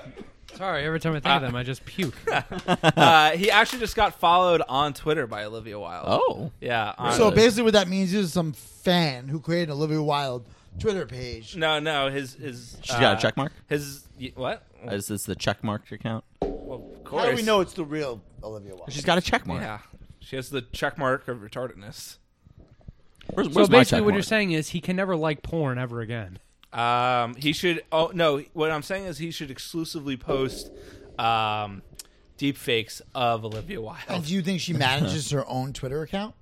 Sorry, every time I
Ah.
think of them, I
[LAUGHS]
just puke.
uh, he actually just got followed on Twitter by Olivia Wilde.
Oh,
yeah. on-
so basically, what that means is some fan who created an Olivia Wilde Twitter page.
no, no, his his. uh,
She's got a check mark?
His y- what?
is this the check mark account?
Well, of course.
How do we know it's the real Olivia Wilde?
She's got a check mark.
Yeah, she has the check mark of retardedness.
Where's,
so
where's my
basically,
check
what
mark?
you're saying is he can never like porn ever again.
Um, he should. Oh no, what I'm saying is he should exclusively post um, deep fakes of Olivia
And
Wilde.
do you think she manages her own Twitter account?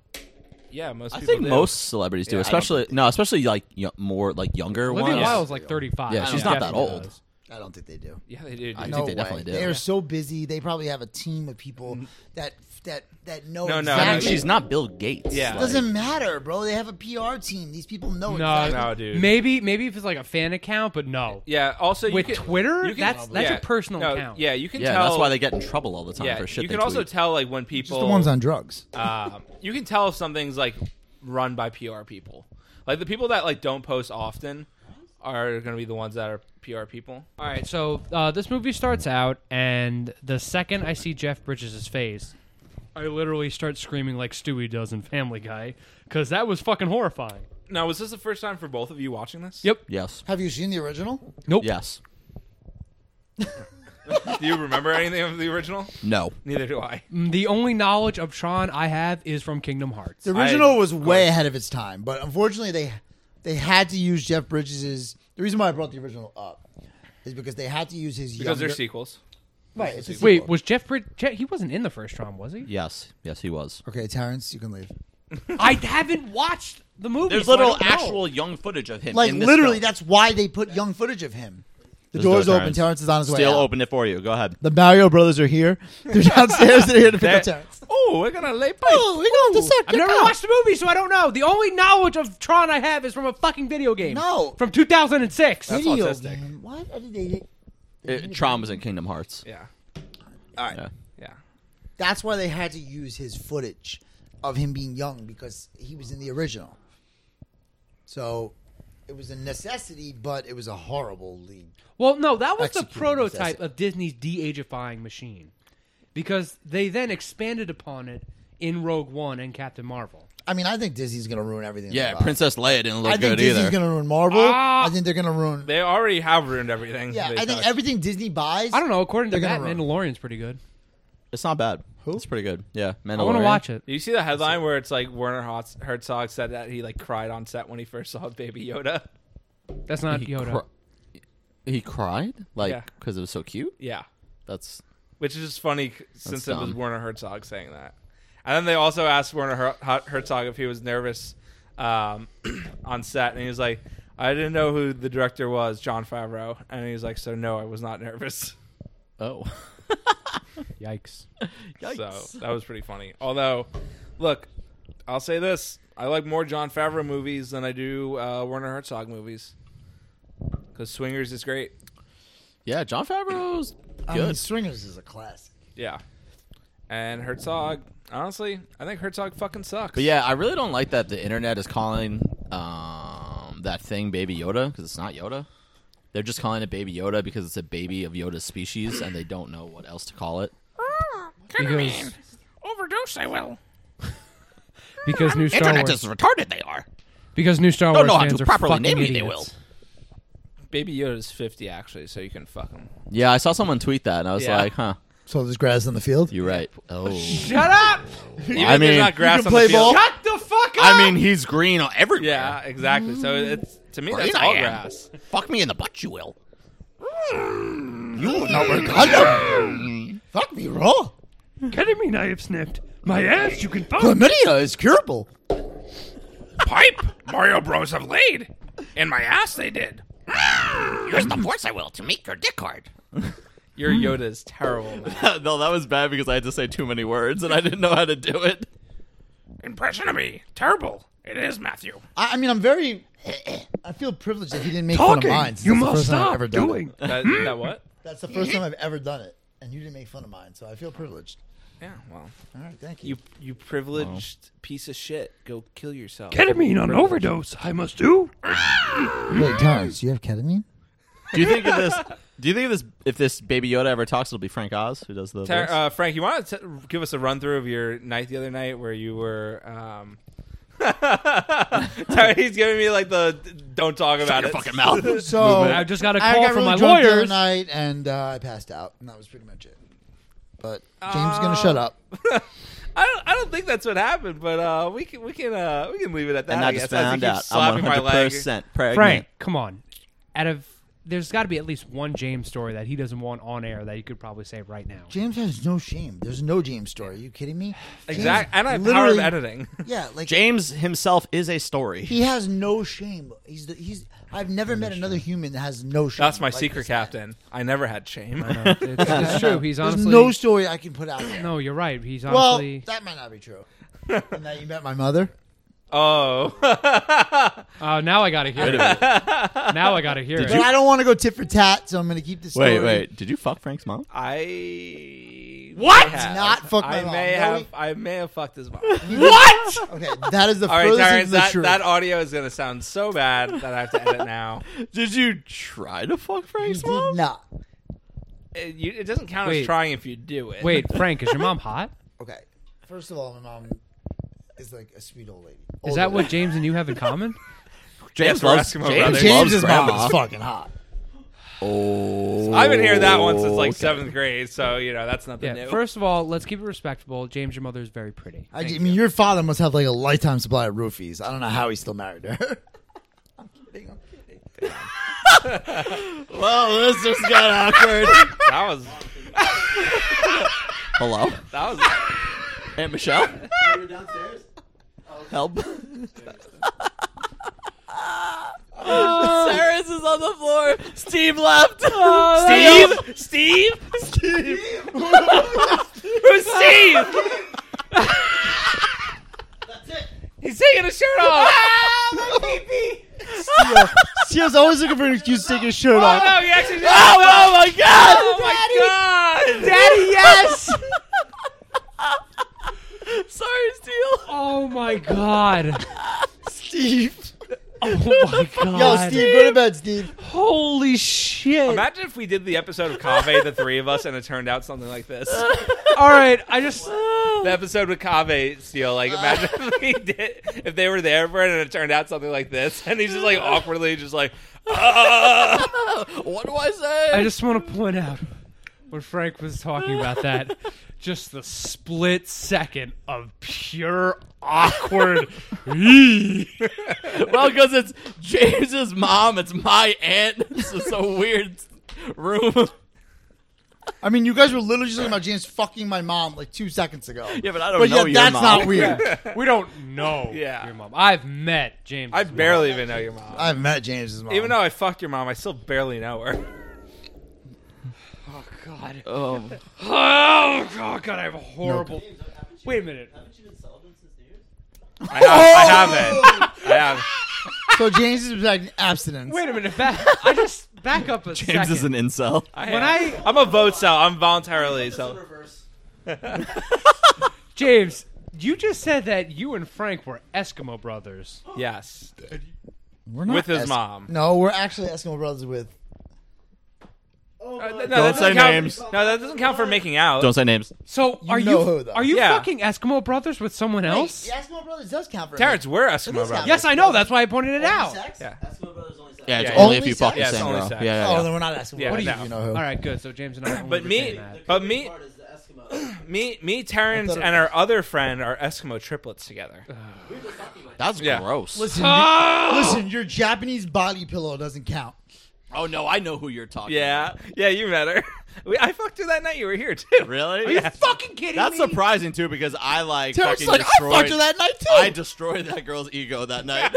Yeah, most.
I
people
think
do.
most celebrities do,
Yeah, I don't
especially no, especially like yo- more like younger
Olivia
ones.
Wilde's like 35.
Yeah,
She
she's not that
definitely
old.
does.
I don't think they do.
Yeah, they do.
I
dude.
think they definitely do.
They
Yeah.
are so busy. They probably have a team of people that that that know.
No, no,
I mean,
exactly.
she's not Bill Gates.
Yeah.
like-
Doesn't matter, bro. They have a PR team. These people know.
No,
exactly.
No, dude.
Maybe, maybe if it's like a fan account, but no.
Yeah. Also, you
With
can-
Twitter?
you can-
That's- that's your personal
no,
account.
Yeah, you can
yeah,
tell.
that's why they get in trouble all the time
Yeah,
for shit.
you
they
can also
tweet.
tell like when people
just the ones on drugs.
um, you can tell if something's like run by PR people. Like the people that like don't post often are going to be the ones that are PR people.
All right, so uh, this movie starts out, and the second I see Jeff Bridges' face, I literally start screaming like Stewie does in Family Guy, because that was fucking horrifying.
Now, was this the first time for both of you watching this?
Yep.
yes,
Have you seen the original?
Nope.
yes,
Do you remember anything of the original?
no.
Neither do I.
The only knowledge of Tron I have is from Kingdom Hearts.
The original was way ahead of its time, but unfortunately they they had to use Jeff Bridges. The reason why I brought the original up is because they had to use his
Because they're
younger,
sequels.
right. It's a
Wait,
sequel.
was Jeff Bridges? he wasn't in the first Tron, was he?
Yes, yes, he was.
okay, Terrence, you can leave.
I haven't watched the movie.
There's
so I
literal
don't know.
actual young footage of him.
Like
in this
literally,
film.
that's why they put young footage of him. The
This
door's
door
open.
turns.
Terrence is on his way.
Still
out.
opened it for you. Go ahead.
The Mario Brothers are here. They're downstairs. They're here to pick up Terrence.
Oh, we're gonna lay pipe.
we going to suck.
I've never watched the movie, so I don't know. The only knowledge of Tron I have is from a fucking video game.
No.
From 2006.
That's
video
autistic.
game. Why did they?
It, Tron was in Kingdom Hearts.
Yeah,
All right.
Yeah.
yeah.
That's why they had to use his footage of him being young because he was in the original. So it was a necessity, but it was a horrible lead.
Well, no, that was the
Executed,
prototype
that's it.
of Disney's de-agifying machine, because they then expanded upon it in Rogue One and Captain Marvel.
I mean, I think Disney's going to ruin everything.
Yeah,
about it.
Princess Leia didn't look
I think
good
Disney's
either.
going to ruin Marvel.
Ah.
I think they're going to ruin.
They already have ruined everything.
Yeah,
they
I think
touched.
everything Disney buys.
I don't know. According to
They're
that,
gonna run.
Mandalorian's pretty good.
It's not bad. It's pretty good. Yeah, Mandalorian.
I want to watch it.
Did you see the headline where it's like Werner Hertz- Herzog said that he like cried on set when he first saw Baby Yoda?
That's not
He,
Yoda.
cri- he cried like
Yeah.
because it was so cute.
Yeah,
That's
which is just funny c- since it was
dumb.
Werner Herzog saying that. And then they also asked Werner Her- Her- Herzog if he was nervous um, [CLEARS THROAT] on set, and he was like, "I didn't know who the director was, John Favreau," and he was like, "So no, I was not nervous." [LAUGHS]
oh,
Yikes.
[LAUGHS] So that was pretty funny. Although, look, I'll say this: I like more John Favreau movies than I do uh, Werner Herzog movies. Because Swingers is great.
[LAUGHS] yeah. John Favreau's
I mean,
good.
Stringers is a classic.
Yeah. And Herzog, honestly, I think Herzog fucking sucks.
But yeah, I really don't like that the internet is calling um, that thing Baby Yoda because it's not Yoda. They're just calling it Baby Yoda because it's a baby of Yoda's species, and they don't know what else to call it.
Because
Overdose, I will.
[LAUGHS] because new Star
Internet
Wars
is retarded, they are.
because new Star
Don't
Wars
know how
fans
to
are
properly
fucking
name me.
idiots.
They will.
Baby Yoda's 50, actually, so you can fuck him.
Yeah, I saw someone tweet that, and I was
Yeah.
like, huh,
So there's grass on the field.
you're [LAUGHS] right. Oh,
Shut up!
I mean, [LAUGHS]
not grass
can
on
play
the field.
ball.
Shut the fuck up!
I mean, he's green everywhere.
[LAUGHS] Yeah, exactly. So it's to me that's
Green I
all
am.
grass.
Fuck me in the butt, you will.
No, we're condom. Fuck me raw.
Ketamine I have sniffed. My ass, you can fuck.
Chlamydia is curable.
Pipe! Mario Bros have laid. In my ass, they did. Use the force, I will, to make your dick hard.
Your Yoda is terrible. [LAUGHS] Man.
no, that was bad because I had to say too many words and I didn't know how to do it.
Impression of me. Terrible. It is, Matthew.
I, I mean, I'm very. I feel privileged that he didn't make fun of mine. since that's the first time I've ever done it.
That, that what?
That's the first time I've ever done it, and you didn't make fun of mine, so I feel privileged.
Yeah, well,
All right, thank you.
you you privileged piece of shit. Go kill yourself.
Ketamine on overdose. I must do.
Wait, Terrence, you have ketamine?
Do you think of [LAUGHS] this? Do you think of this? If this Baby Yoda ever talks, it'll be Frank Oz who does the.
Ter-
voice?
uh, Frank, you want to give us a run through of your night the other night where you were? Um... [LAUGHS] Sorry, he's giving me like the don't talk about it.
fucking mouth.
[LAUGHS] So
I just got a
I
call
got
from
really
my
drunk the other
lawyers.
night, and uh, I passed out, and that was pretty much it. But James is gonna shut up.
I don't. I don't think that's what happened, but uh, we can we can uh, we can leave it at that.
and I
guess,
just
as he
found
keeps
out I'm
slapping my
100
leg.
percent pregnant.
Frank, come on. Out of there's got to be at least one James story that he doesn't want on air that you could probably say right now.
James has no shame. There's no James story. Are you kidding me? James
Exactly, and I have power of
literally-
editing. [LAUGHS]
Yeah, like
James himself is a story.
he has no shame. He's the, he's. I've never met another human that has no shame.
That's my
like
secret
this guy.
captain. I never had shame. [LAUGHS]
It's,
[LAUGHS]
it's true. He's
There's
honestly
no story I can put out there.
No, you're right. He's
well,
honestly
that might not be true. and that you met my mother.
oh,
Oh, now I gotta hear it. Now I gotta hear it.
But I don't want to go tit for tat, so I'm going to keep
[LAUGHS]
this.
Wait,
story.
wait. Did you fuck Frank's mom?
[LAUGHS] I
What?
may have.
Not fuck my
I
mom.
may
No,
have.
we-
I may have fucked his mom.
What?
Okay, that is
[LAUGHS]
the
All right,
furthest
Terrence,
from the
that,
truth.
that audio is going to sound so bad that I have to edit now.
Did you try to fuck
you
Frank's
did not.
It, you, it doesn't count
Wait.
as trying if you do it.
Wait, Frank, is your mom hot?
Okay, first of all, my mom is like a sweet old lady.
Is
Older
that what
lady.
James and you have in common?
James
we're
loves
Eskimo
James,
brothers.
loves
James's mom
grandma.
is fucking hot.
Oh,
I've been hearing that one since like
okay.
seventh grade, so you know that's nothing
Yeah.
new.
First of all, let's keep it respectable. James, your mother is very pretty.
I, mean, your father must have like a lifetime supply of roofies. I don't know how he's still married to her. [LAUGHS]
Well, Oh, this just got awkward.
that was
Hello,
that was.
Aunt Michelle.
You're downstairs.
Help. Cyrus is on the floor. Steve left.
Steve? Steve? Who's Steve? He's taking his shirt off.
Steel's always looking for an excuse to take his shirt
Oh,
off.
no, he actually did. Oh, my God. Oh, my God.
Daddy, yes! [LAUGHS]
Sorry, Steve.
Oh my god.
[LAUGHS]
Steve.
Oh my god.
Yo, Steve, go to bed, Steve.
Holy shit.
Imagine if we did the episode of Kave, the three of us, and it turned out something like this.
All right, I just
The episode with Kave Steele, like imagine if we did if they were there for it and it turned out something like this, and he's just like awkwardly just like
What do I say?
I just want to point out when Frank was talking about that, just the split second of pure awkward.
well, because it's James's mom, it's my aunt. It's just a weird room.
I mean, you guys were literally just talking about James fucking my mom like two seconds ago.
Yeah, but I don't
but
know
yeah,
your
that's
mom.
not weird.
we don't know
Yeah.
your mom. I've met James.
I barely even know your mom.
I've met James's mom.
Even though I fucked your mom, I still barely know her. [LAUGHS]
Um,
Oh, oh god, I have a horrible. Wait a minute.
Haven't you been celibate since New Year's?
I have I haven't. I have
so James is like abstinence.
Wait a minute. Back, I just back up a
James
second.
is an incel.
I am.
When I-
I'm a vote cell, I'm
[LAUGHS]
voluntarily
It's in
so
uh, reverse.
James, you just said that you and Frank were Eskimo brothers.
yes.
We're not
With his mom.
No, we're actually Eskimo brothers with.
Oh,
Uh,
God.
th- no, that
Don't
doesn't
say
count-
names.
No, that doesn't count for making out.
Don't say names.
So are
know
you
who, though.
are you
Yeah.
fucking Eskimo brothers with someone else?
Wait, Eskimo brothers does count for
Terrence, we're Eskimo
It is
brothers.
happening.
Yes, I know. That's why I pointed it
Only
out.
sex?
Yeah.
That's my brother's only sex.
Yeah, it's
Yeah,
only
yeah.
if you fuck
Only
the
sex.
same girl.
Yeah, it's only
Yeah,
sex.
yeah,
Oh,
yeah.
then we're not Eskimo.
Yeah,
brothers.
no.
You know who?
All right, good. So James and I.
But
were
me-
saying that.
But me-
Part is the Eskimo.
Me, me, Terrence,
I thought it
and our other friend are Eskimo triplets together.
That's
Yeah.
gross.
Listen,
[LAUGHS]
you-
Oh!
listen, your Japanese body pillow doesn't count.
Oh no, I know who you're talking.
Yeah, yeah, you met her. [LAUGHS] We, I fucked her that night. You were here too.
about. really?
Yeah.
Fucking kidding
That's
me?
surprising too, because I like
Terrence
fucking
like,
destroyed.
I fucked her that night too.
I destroyed that girl's ego that night.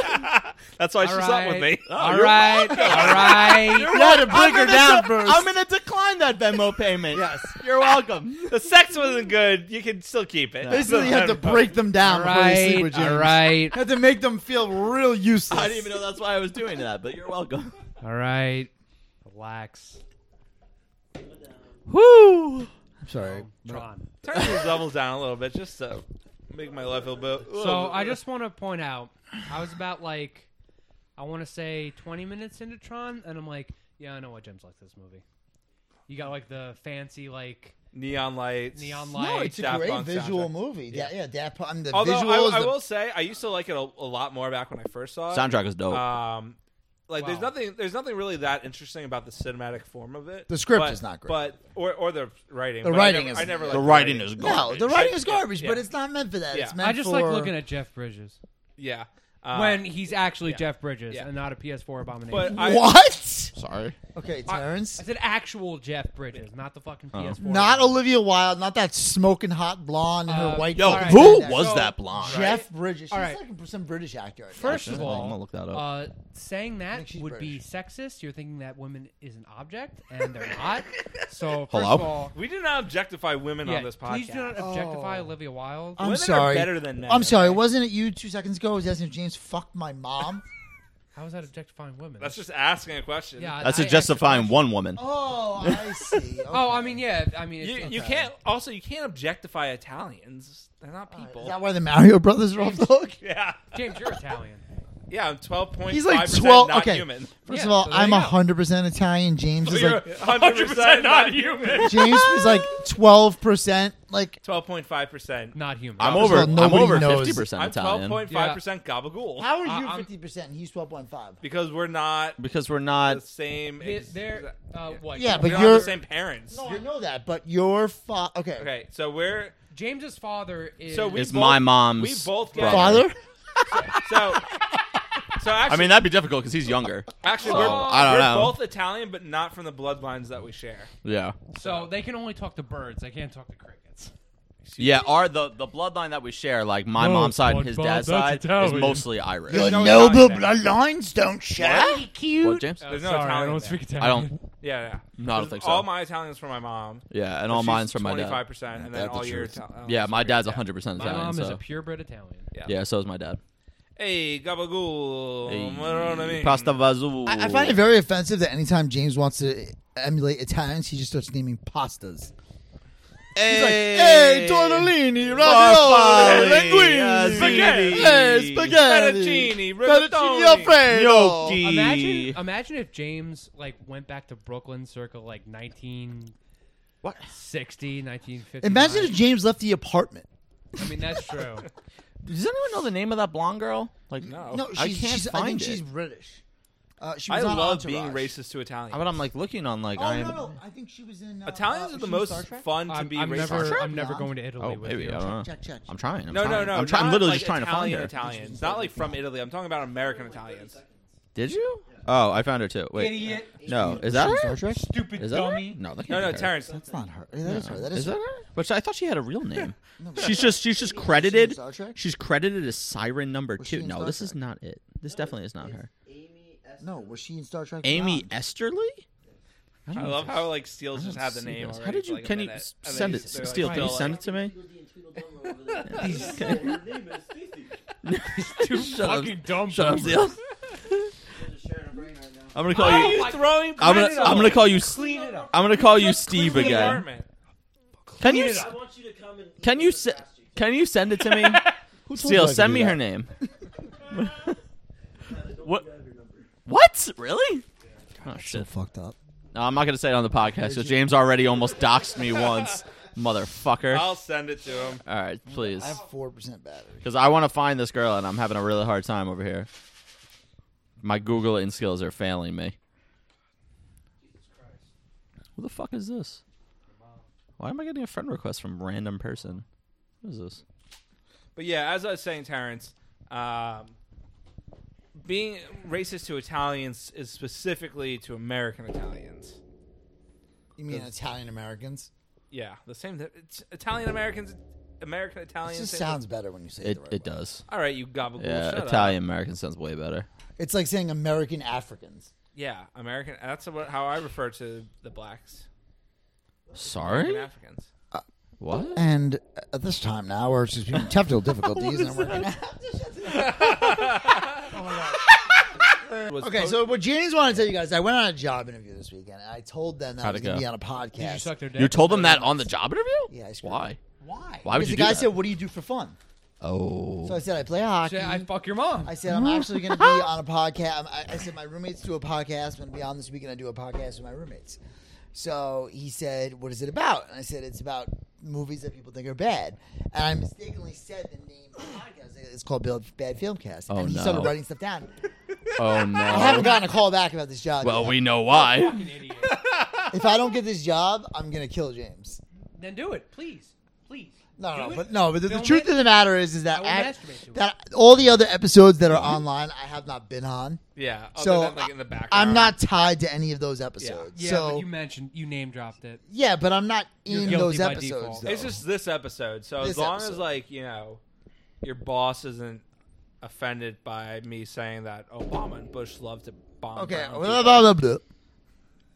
That's why
All
she
right.
slept with me. Oh,
All right. All
[LAUGHS]
right.
you had to bring her down first.
I'm gonna decline that Venmo payment. yes, you're welcome. [LAUGHS]
The sex wasn't good. You can still keep it.
Basically, you have to break them down
All
before you sleep with
right.
James.
All right.
You have to make them feel real useless.
I didn't even know that's why I was doing that, but you're welcome.
All right. Relax.
Woo!
I'm sorry.
Tron.
Turn those levels down a little bit just to make my life a little bit.
So I just want to point out, I was about like, I want to say 20 minutes into Tron, and I'm like, yeah, I know why James likes this movie. You got like the fancy like
neon lights.
neon lights.
No, it's a
Daft
great
Punk
visual
soundtrack.
movie. Yeah, yeah, Daft Punk. I mean, the
Although
visuals.
I, I
the-
will say, I used to like it a, a lot more back when I first saw it.
Soundtrack was dope.
Um, like there's
Wow.
nothing there's nothing really that interesting about the cinematic form of it.
The script
But-
is not great.
but or or the writing.
The
but I
writing
never-
is-
I never
the
liked
writing is
no,
garbage.
the writing is garbage,
Yeah.
but it's not meant for that.
Yeah.
It's meant
I just
for...
like looking at Jeff Bridges
yeah. Uh,
when he's actually Jeff Bridges
Yeah.
and not a PS4 abomination.
but I,
What?
Sorry.
Okay, Terrence.
I said actual Jeff Bridges, not the fucking
Uh-huh.
PS4.
Not Olivia Wilde, not that smoking hot blonde in her
Uh,
white.
Yo,
All right.
who
That-
was
So-
that blonde?
Jeff Bridges. She's
All right.
like some British actor. I guess.
First
Actually,
of
I'm
all,
gonna look that up.
Uh, saying that
she's
would be
British.
sexist. You're thinking that women is an object, and they're
[LAUGHS]
not. So first
Hello?
of all,
we do not objectify women
yeah,
on this podcast.
please do not objectify
Oh.
Olivia Wilde.
I'm
Women are
sorry.
better than men,
I'm sorry.
okay?
Wasn't it you two seconds ago? who Was asking if James fucked my
[LAUGHS]
mom?
How is that objectifying women?
That's just asking a question.
yeah.
That's
I-
a
I
justifying
actually-
one woman.
oh, I see.
[LAUGHS] Oh, I mean, yeah. I mean,
You,
it's,
you
okay.
can't also you can't objectify Italians. They're
Uh,
not people.
Is that why the Mario Brothers are off the hook?
yeah.
James, you're Italian.
Yeah, I'm 12.5%
He's like 12.
not
okay.
human.
First
Yeah,
of all,
so there
I'm
you go.
100% Italian. James is
You're
like
100% not human.
James was like 12%. Like
12.5%.
Not human.
I'm
First of
over.
all,
I'm
nobody
over
knows.
fifty percent
I'm
Italian
12.5% gabagool.
how are
I-
you
I'm-
50% and he's 12.5?
Because we're not
because we're
the
not.
same.
They-
ex-
They're uh, what?
Yeah,
we
but
don't have
you're
the same parents.
No, I know that, but your fa- okay.
Okay, so we're
James's father is.
so we
It's
both-
my mom's
We both get
brother.
Father?
so. So actually,
I mean, that'd be difficult because he's younger.
actually,
so,
we're,
I don't
we're
know.
both Italian, but not from the bloodlines that we share.
Yeah.
so they can only talk to birds. They can't talk to crickets.
Yeah, our the the bloodline that we share, like my
No,
mom's side
blood-
and his
blood-
dad's
that's
side,
Italian.
is mostly Irish.
Your
no
noble
Italian.
bloodlines don't share.
What, James?
Oh,
There's no
sorry, I
Italian
don't
there.
speak Italian.
I don't.
Yeah,
No,
yeah.
I don't
Uh, Because
think
All
so.
my Italian's from my mom.
Yeah, and all mine's from my
Twenty-five
dad.
percent, and
That's
then
the
all your.
truth.
Ital-
Yeah, my dad's
Yeah.
100 percent
My mom
Italian.
is a
So.
purebred Italian.
Yeah, so is my dad.
Hey, gabagool.
Hey,
You know what Oh, I mean?
Pasta vazoo.
I, I find it very offensive that anytime James wants to emulate Italians, he just starts naming pastas. He's like, hey, tortellini, ravioli,
Farfalle,
linguine,
spaghetti,
hey, spaghetti,
fettuccine,
fettuccine
rigatoni,
alfredo.
Imagine, imagine if James like went back to Brooklyn circa like 19
What?
60, 1950.
Imagine if James left the apartment.
I mean that's
[LAUGHS]
true.
Does anyone know the name of that blonde girl? Like,
No.
No, she's,
I can't
she's, I
find
think
it.
she's British. Uh, she
I
was on
love
Entourage.
being racist to Italians.
But I'm like looking on like
Oh
I
no,
am.
no, I think she was in. Uh,
Italians
uh,
are
she
the
was
most
Star Trek?
fun to
I'm,
be
I'm
racist.
never,
Sure.
I'm never going to Italy
Oh,
with
maybe
you.
I don't know.
Check, check, check.
I'm trying. I'm
No,
trying.
no, no.
I'm, try- I'm
not
literally
like
just trying to
Italian
find her.
Italians, not like from Italy. I'm talking about American Italians.
Did you? Oh, I found her too. Wait,
Idiot,
no, is that
Star
her?
Trek?
stupid
Is that her?
dummy.
No, that can't
No,
be
no,
her.
Terrence.
That's not her. That is her. That is,
Is that
her.
her? Which I thought she had a real name. she's just she's just credited.
Star Trek?
She's credited as Siren Number
Was she
Two.
in
No,
Star
this
Trek?
is not it. This definitely is not her.
Amy S.
No, was she in Star Trek?
Amy
Beyond?
Esterly.
I love how like Steele's just
don't
have the
see
name.
this. How
already
did
for,
you-
like, a
can you
minute,
s-
and
send
then
it-
they're
Steele,
like,
can you
"Oh,
send it to
[LAUGHS]
me?
Tweedledee and Tweedledum are over
[LAUGHS]
there. So, her name is Stacy.
Too
Shut up.
fucking dumb.
Shut up,
boomer.
Zeal.
They're just sharing a brain right now.
I'm gonna call
Why are
you.
you throwing
I'm gonna
credit
I'm
on
gonna
it?
call you. Steve.
Clean it up.
I'm gonna call you
Clean
Steve
the
again.
environment.
Can you
it
s-
up.
I want you to come and.
can you se- can you send it to
[LAUGHS]
me?
Who told you I
Steele,
could
send
do
me
that?
her name.
What?
What? Really? Oh
So
shit.
fucked up.
No, I'm not gonna say it on
[LAUGHS]
the podcast because James already almost doxed me once, motherfucker.
I'll send it to him.
All right, please,
I have four percent battery.
because I want to find this girl and I'm having a really hard time over here. My googling skills are failing me. Who the fuck is this? Why am I getting a friend request from random person? What is this?
But yeah, as I was saying, Terrence, um, being racist to Italians is specifically to American Italians.
You mean Italian Americans?
Yeah, the same. th- It's Italian Americans, American
It
Italians.
just
same-
sounds better when you say it.
It
the right
it
way.
does.
All right, you gabagool.
Yeah,
shut up.
Italian American sounds way better.
It's like saying American Africans.
Yeah, American. That's about how I refer to the blacks and
Sorry,
Africans.
what?
And at this time now, we're just having technical difficulties. and
[LAUGHS]
we're gonna-
Was
okay,
post-
so what James wanted to tell you guys, I went on a job interview this weekend, and I told them that I
How'd
was
it
going to
go?
be on a
Did you
podcast.
suck their dick?
You told them that on the job interview?
Yeah, I screwed
Why?
Why?
Why would
because
you
the
do
guy
that?
said, "What do you do for fun?"
Oh,
So I said, "I play hockey."
Shit, I fuck your mom.
I said I'm actually going to be on a podcast. I, I said my roommates do a podcast. I'm going to be on this weekend. I do a podcast with my roommates. So he said, "What is it about?" And I said, "It's about movies that people think are bad." And I mistakenly said the name of the podcast. It's called Bad, bad Filmcast.
Oh,
and he
no.
started writing stuff down.
oh
I haven't
no.
gotten a call back about this job.
Well,
yet.
we know why.
[LAUGHS]
if I don't get this job, I'm going to kill James.
Then do it, please, please.
No, no,
Do
no,
it.
but no. But the, the
Film
truth
it.
of the matter is,
I
is that
will
I-
masturbate to it.
that all the other episodes that are online, I have not been on.
yeah. Other
So,
than, like in the background,
I'm not tied to any of those episodes.
Yeah,
so
but you mentioned you name dropped it.
yeah, but I'm not
You're
in
guilty
those
by
episodes.
default.
Though.
It's just this episode. So as
This
long as
episode.
like you know, your boss isn't offended by me saying that Obama and Bush love to bomb.
okay.
brown
blah,
people.
blah, blah, blah.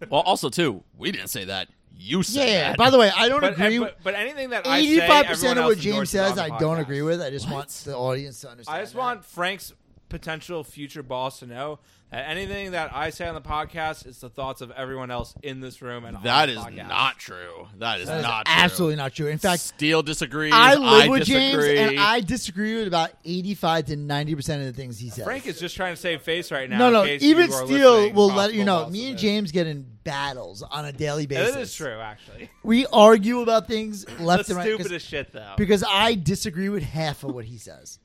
Well, also too, we didn't say that. You
Yeah,
said
yeah,
that.
By the way, I don't
But,
agree.
but, but anything that I say,
Eighty-five
everyone
percent of
else
what James
endorses on
says,
the
I don't
podcast.
agree with. I just want the audience to understand.
I just
that.
want Frank's potential future boss to know that anything that I say on the podcast is the thoughts of everyone else in this room. And on
that
the
is
podcast.
not true. That is
That is
not
absolutely not true. In
True.
fact,
Steele disagrees.
I live with James,
disagree.
and I disagree with about eighty-five to ninety percent of the things he says.
Frank is just trying to save face right now.
no,
in
no.
case
Even
you are
Steele
listening,
will let you
possible
know.
boss
Me and
is.
James get in battles on a daily
That
basis.
is true, actually.
We argue
[LAUGHS]
about things left
the
and right. 'cause-
stupidest shit, though.
because I disagree with half of what he says.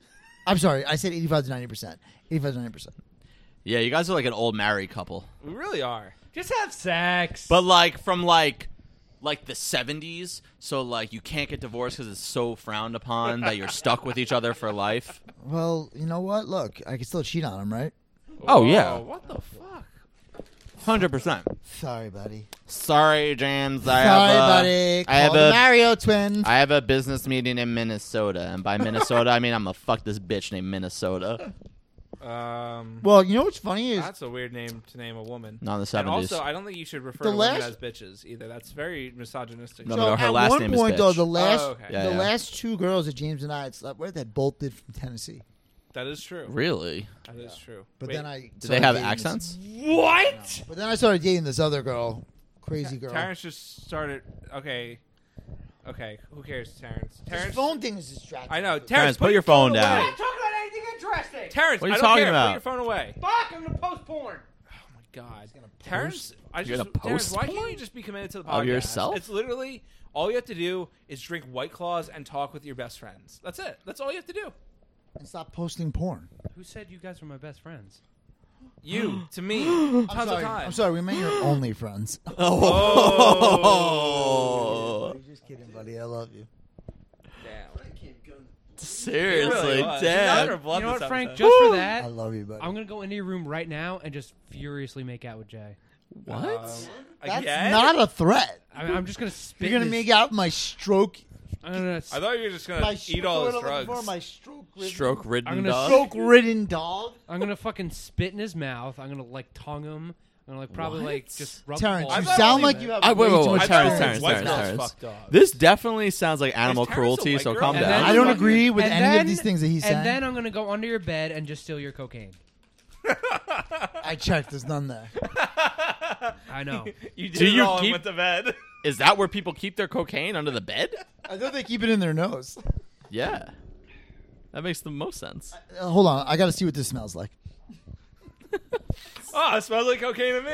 I'm sorry, I said 85 to 90 percent. 85 to 90 percent.
yeah, you guys are like an old married couple,
we really are.
Just have sex.
but like from like like the seventies. So like you can't get divorced because it's so frowned upon that you're stuck with each other for life.
Well, you know what? Look, I can still cheat on him, right?
Oh yeah.
What the fuck?
Hundred percent.
Sorry, buddy.
Sorry, James. I
Sorry,
have a,
buddy.
I have
Call the
a
Mario twins.
I have a business meeting in Minnesota, and by Minnesota, I mean I'm gonna fuck this bitch named Minnesota.
Um,
well, you know what's funny is
that's a weird name to name a woman.
Not in the
And
seventies.
also, I don't think you should refer
The
to women
last-
as bitches either. That's very misogynistic.
No,
so
no, no, her
at
last
one
name is
point though
bitch.
the last
Oh, okay.
Yeah,
the
yeah.
last two girls that James and I had slept with had both lived from Tennessee.
That is true.
really?
That is true.
But
Wait,
then I
Do they
started
have
dating this-
accents?
What?
but then I started dating this other girl, crazy girl.
Terrence just started. Okay, okay. Who cares, Terrence?
His
Terrence.
phone thing is distracting.
I know. Terrence,
Terrence, put your phone
away.
down.
Talking about anything interesting.
Terrence,
What are you
I don't
talking
care.
about?
Put your phone away.
Oh
Fuck, I'm gonna post porn.
Oh my god, Terrence! I
You're
just
gonna
Terrence,
post
why can't
porn?
you just be committed to the podcast?
Of yourself?
It's literally all you have to do is drink White Claws and talk with your best friends. That's it. That's all you have to do.
And stop posting porn.
Who said you guys were my best friends?
[GASPS]
You to me, tons
I'm sorry.
of time.
I'm sorry. We met
[GASPS]
your only friends.
[LAUGHS]
[LAUGHS]
Oh,
I'm just kidding, buddy. I love you.
Damn.
seriously,
Really was. She's out
damn.
of her blood
you know
this
what, Frank?
episode.
Just for
I
that,
love you, buddy.
I'm gonna go in your room right now and just furiously make out with Jay.
um,
What?
That's
Again?
not a threat.
I mean, I'm just gonna spit.
You're gonna
this-
make out my stroke.
I'm gonna.
I thought you were just gonna
My
eat all
what
his
am I looking
drugs.
For, my stroke ridden,
Stroke ridden
I'm gonna
dog.
stroke ridden dog.
I'm gonna fucking spit in his mouth. I'm gonna like tongue him. I'm gonna like probably
What?
like just
Oh,
rub
Terrence,
balls
you
I've
in his
sound
only
mouth.
like you have
I, wait,
way
wait,
too
wait,
much
Terrence, Terrence,
experience.
White
Terrence,
Claw's
Terrence.
fucked up.
This definitely sounds like animal
Terrence a
cruelty,
white
so
girl?
calm
And
down.
I don't agree with any of these things that he
and
said.
then I'm gonna go under your bed and just steal your cocaine.
I checked. There's
[LAUGHS]
none there.
I know.
You did
Do
it
you
all and
keep-
went to bed.
Is that where people keep their cocaine under the bed?
I thought they keep it in their nose.
Yeah. That makes the most sense.
Uh, hold on. I got to see what this smells like.
[LAUGHS] Oh, it smells like cocaine to me.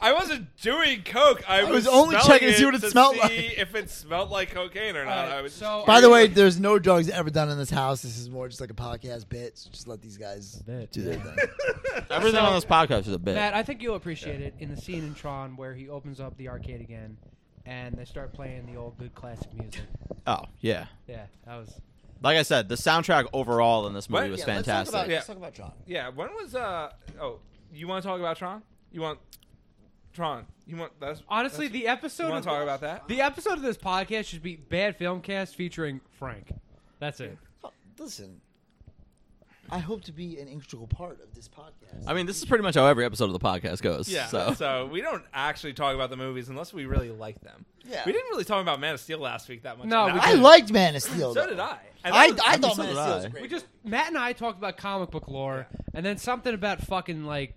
I wasn't doing coke. I,
was only
smelling
checking to see what it smelled
see
like.
If it smelled like cocaine or not. I was
So
By the way, there's no drugs ever done in this house. This is more just like a podcast bit. So just let these guys do their thing.
Everything on this podcast is a bit.
Matt, I think you'll appreciate it in the scene in Tron where he opens up the arcade again and they start playing the old good classic music.
oh, yeah.
Yeah, that was.
Like I said, the soundtrack overall in this movie
What?
was
Yeah,
let's talk
fantastic.
about-
Yeah.
Let's talk about John.
Yeah, when was uh oh, you want to talk about Tron? You want Tron? You want that's
Honestly,
that's-
the episode.
you want
of-
to talk about that?
The episode of this podcast should be Bad Film Cast featuring Frank.
That's it.
Oh, Listen, I hope to be an integral part of this podcast.
I mean, this is pretty much how every episode of the podcast goes.
yeah,
So,
so. we don't actually talk about the movies unless we really like them.
Yeah.
we didn't really talk about Man of Steel last week that much.
No,
And
we
I
I,
liked Man of Steel.
so
though.
did I. And
I,
that
I
mean,
thought
so
Man of
did
Steel was
I.
a great.
We just Matt and I talked about comic book lore, and then something about fucking like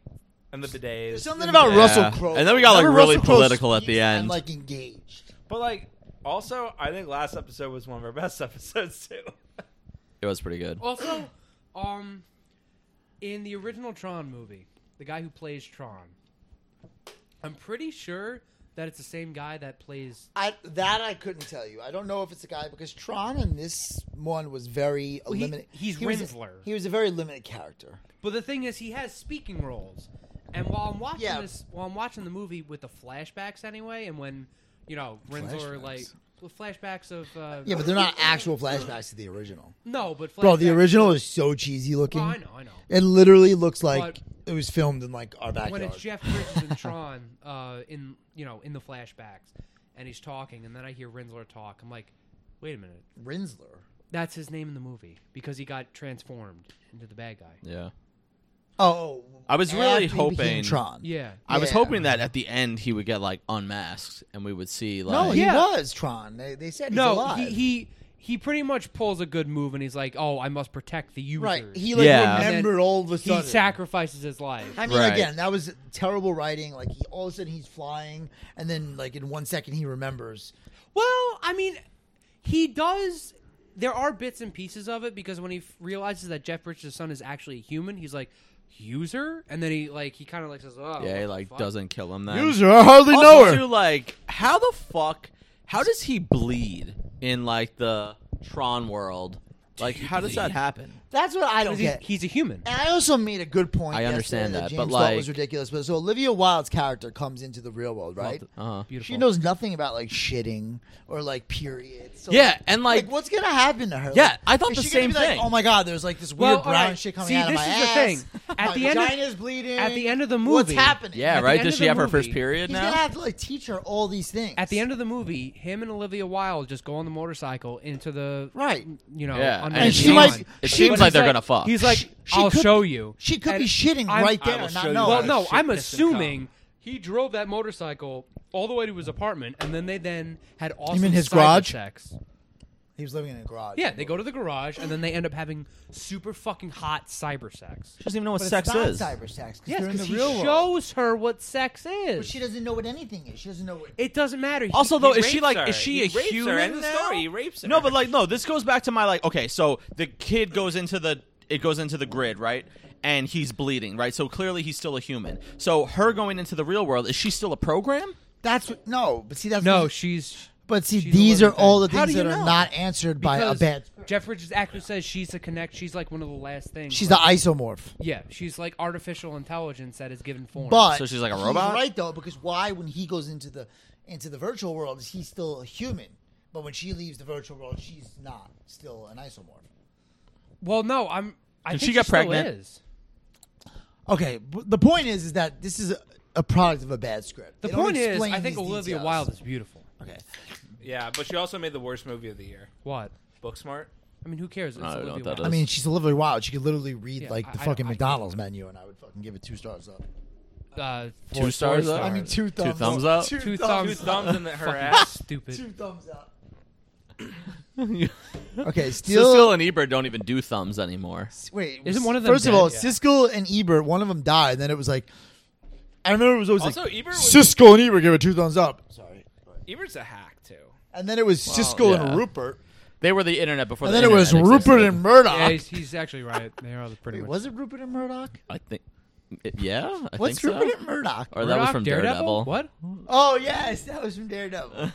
and the bidets.
There's something about
Yeah.
Russell Crowe.
And then we got, like,
Remember
really
Russell Crowe
political at the
speaks
end.
And like engaged.
but like, also, I think last episode was one of our [LAUGHS] best episodes too.
it was pretty good.
also, um, in the original Tron movie, the guy who plays Tron, I'm pretty sure that it's the same guy that plays.
I, that I couldn't tell you. I don't know if it's a guy because Tron in this one was very
he-
limited.
he's
he was-
Rinsler.
he was a very limited character.
But the thing is, he has speaking roles, and while I'm watching
Yeah.
this, while I'm watching the movie with the flashbacks anyway, and when you know Renzler
Flashbacks?
like well, flashbacks of uh,
Yeah, but they're not actual flashbacks to the original.
no, but flashbacks,
Bro, the original is so cheesy looking.
Well, I know, I know.
It literally looks like
But-
it was filmed in like our backyard.
when it's Jeff
[LAUGHS]
Bridges and Tron uh, in you know in the flashbacks, and he's talking, and then I hear Rinsler talk. I'm like, wait a minute,
Rinsler.
that's his name in the movie because he got transformed into the bad guy.
Yeah.
Oh,
I was really
after he became
hoping-
Tron.
Yeah,
I was
Yeah.
hoping that at the end he would get like unmasked and we would see like
No, he
Yeah.
was Tron. They, they said he's
no,
alive.
he, he he pretty much pulls a good move, and he's like, oh, I must protect the user.
right. He like
Yeah.
remembered all of a
he
sudden.
sacrifices his life.
I mean,
Right.
again, that was terrible writing. Like he all of a sudden he's flying, and then like in one second he remembers.
Well, I mean, he does. There are bits and pieces of it because when he f- realizes that Jeff Bridges' son is actually human, he's like user, and then he like he kind of like says, "Oh, what
Yeah, he
the
like
fuck?
doesn't kill him then.
User, I hardly know
also,
her.
too, like, how the fuck? How does he bleed in like the Tron world? Like, how does that happen?
That's what I don't
He's,
get.
he's a human.
And I also made a good point.
I understand
yesterday
that,
James
but,
thought was
like-
ridiculous. But so Olivia Wilde's character comes into the real world, right?
Uh-huh.
She knows nothing about like shitting or like periods. So,
Yeah, and
like,
like,
like, what's gonna happen to her?
Yeah,
Like,
I thought
is
the
she gonna
same
be like,
thing.
oh my god, there's like this
Well,
weird
all
brown
right.
shit coming
See,
out of
this
my
is the
ass.
thing. At
my
the end of-
vagina's bleeding.
at the end of the
what's
movie-
happening?
yeah,
At the
right.
end
Does
of
she
the
have her
movie,
first period
He's
now?
gonna have to like teach her all these things
At the end of the movie, him and Olivia Wilde just go on the motorcycle into the
Right.
You know,
Yeah,
on
and
the
she
lawn.
might- it
But
seems
he's
like they're gonna fuck.
He's like,
She- she
I'll
could-
show you.
she could
And
be shitting
I'm-
right
I
there,
will
and not
show you
knowing.
how
Well,
to
no, I'm
shit this and come.
assuming he drove that motorcycle all the way to his apartment, and then they then had awesome
mean his
cyber
garage?
sex.
he was living in a garage.
Yeah, they go to the garage, and then they end up having super fucking hot cyber sex.
She doesn't even know what
But
sex
it's not
is.
cyber sex.
Yes,
they're in the
because he
real world.
shows her what sex is.
But she doesn't know what anything is. She doesn't know what.
it doesn't matter. He-
Also, though,
He
is she
rapes
like
her.
is she
He
a
rapes her
human
in the
now?
story. He rapes her.
No, but like no, this goes back to my like. Okay, so the kid goes into the it goes into the grid, right? And he's bleeding, right? So clearly he's still a human. So her going into the real world is she still a program?
That's what, no, but see that's
no, she's
But see,
she's a
these are
living
all the
How
things
do
that
you
are
know?
not answered by a
because
bad.
Jeff Bridges' actor says she's a connect. She's like one of the last things.
She's the
like,
isomorph.
yeah. She's like artificial intelligence that is given form.
But
So she's like a
he's
robot?
right though? Because why, when he goes into the into the virtual world, is he still a human? But when she leaves the virtual world, she's not still an isomorph.
well, no, I'm. I
Did
think
she get
still
pregnant?
is.
Okay, but the point is, is that this is a, a product of a bad script.
The
They don't
point is,
explain
I think
these
Olivia
details.
Wilde is beautiful.
Okay,
Yeah, but she also made the worst movie of the year.
What?
Booksmart.
I mean, who cares? It's
I don't know
Olivia
what that
Wilde.
I mean, she's Olivia Wilde. She could literally read
Yeah,
like
I-
the
I-
fucking
I-
McDonald's menu, and I would fucking give it two stars up.
uh,
Two
four-
stars
four
up?
I mean, two thumbs,
thumbs
up.
up?
Two
Two
thumbs [LAUGHS]
thumbs in the, her
Fucking
ass.
Stupid.
Two thumbs
[LAUGHS]
up.
so
Okay, still,
Cecil and Ebert don't even do thumbs anymore.
wait.
Isn't one of them
First of all,
dead?
Siskel and Ebert, one of them died. Then it was like, I remember it was always
Also,
like
Ebert was,
Siskel and Ebert give it two thumbs up. Sorry.
Ebert's a hack too.
And then it was Siskel
yeah.
and Rupert.
They were the internet before.
And
the
then it was
internet
Rupert
existed.
and Murdoch.
Yeah, he's, he's actually right. They are the pretty
wait,
much.
was it Rupert and Murdoch?
I think. it- Yeah, I
What's
think so.
Rupert and Murdoch?
Or that was
Murdoch,
from
Daredevil? What?
Oh yes, that was from Daredevil.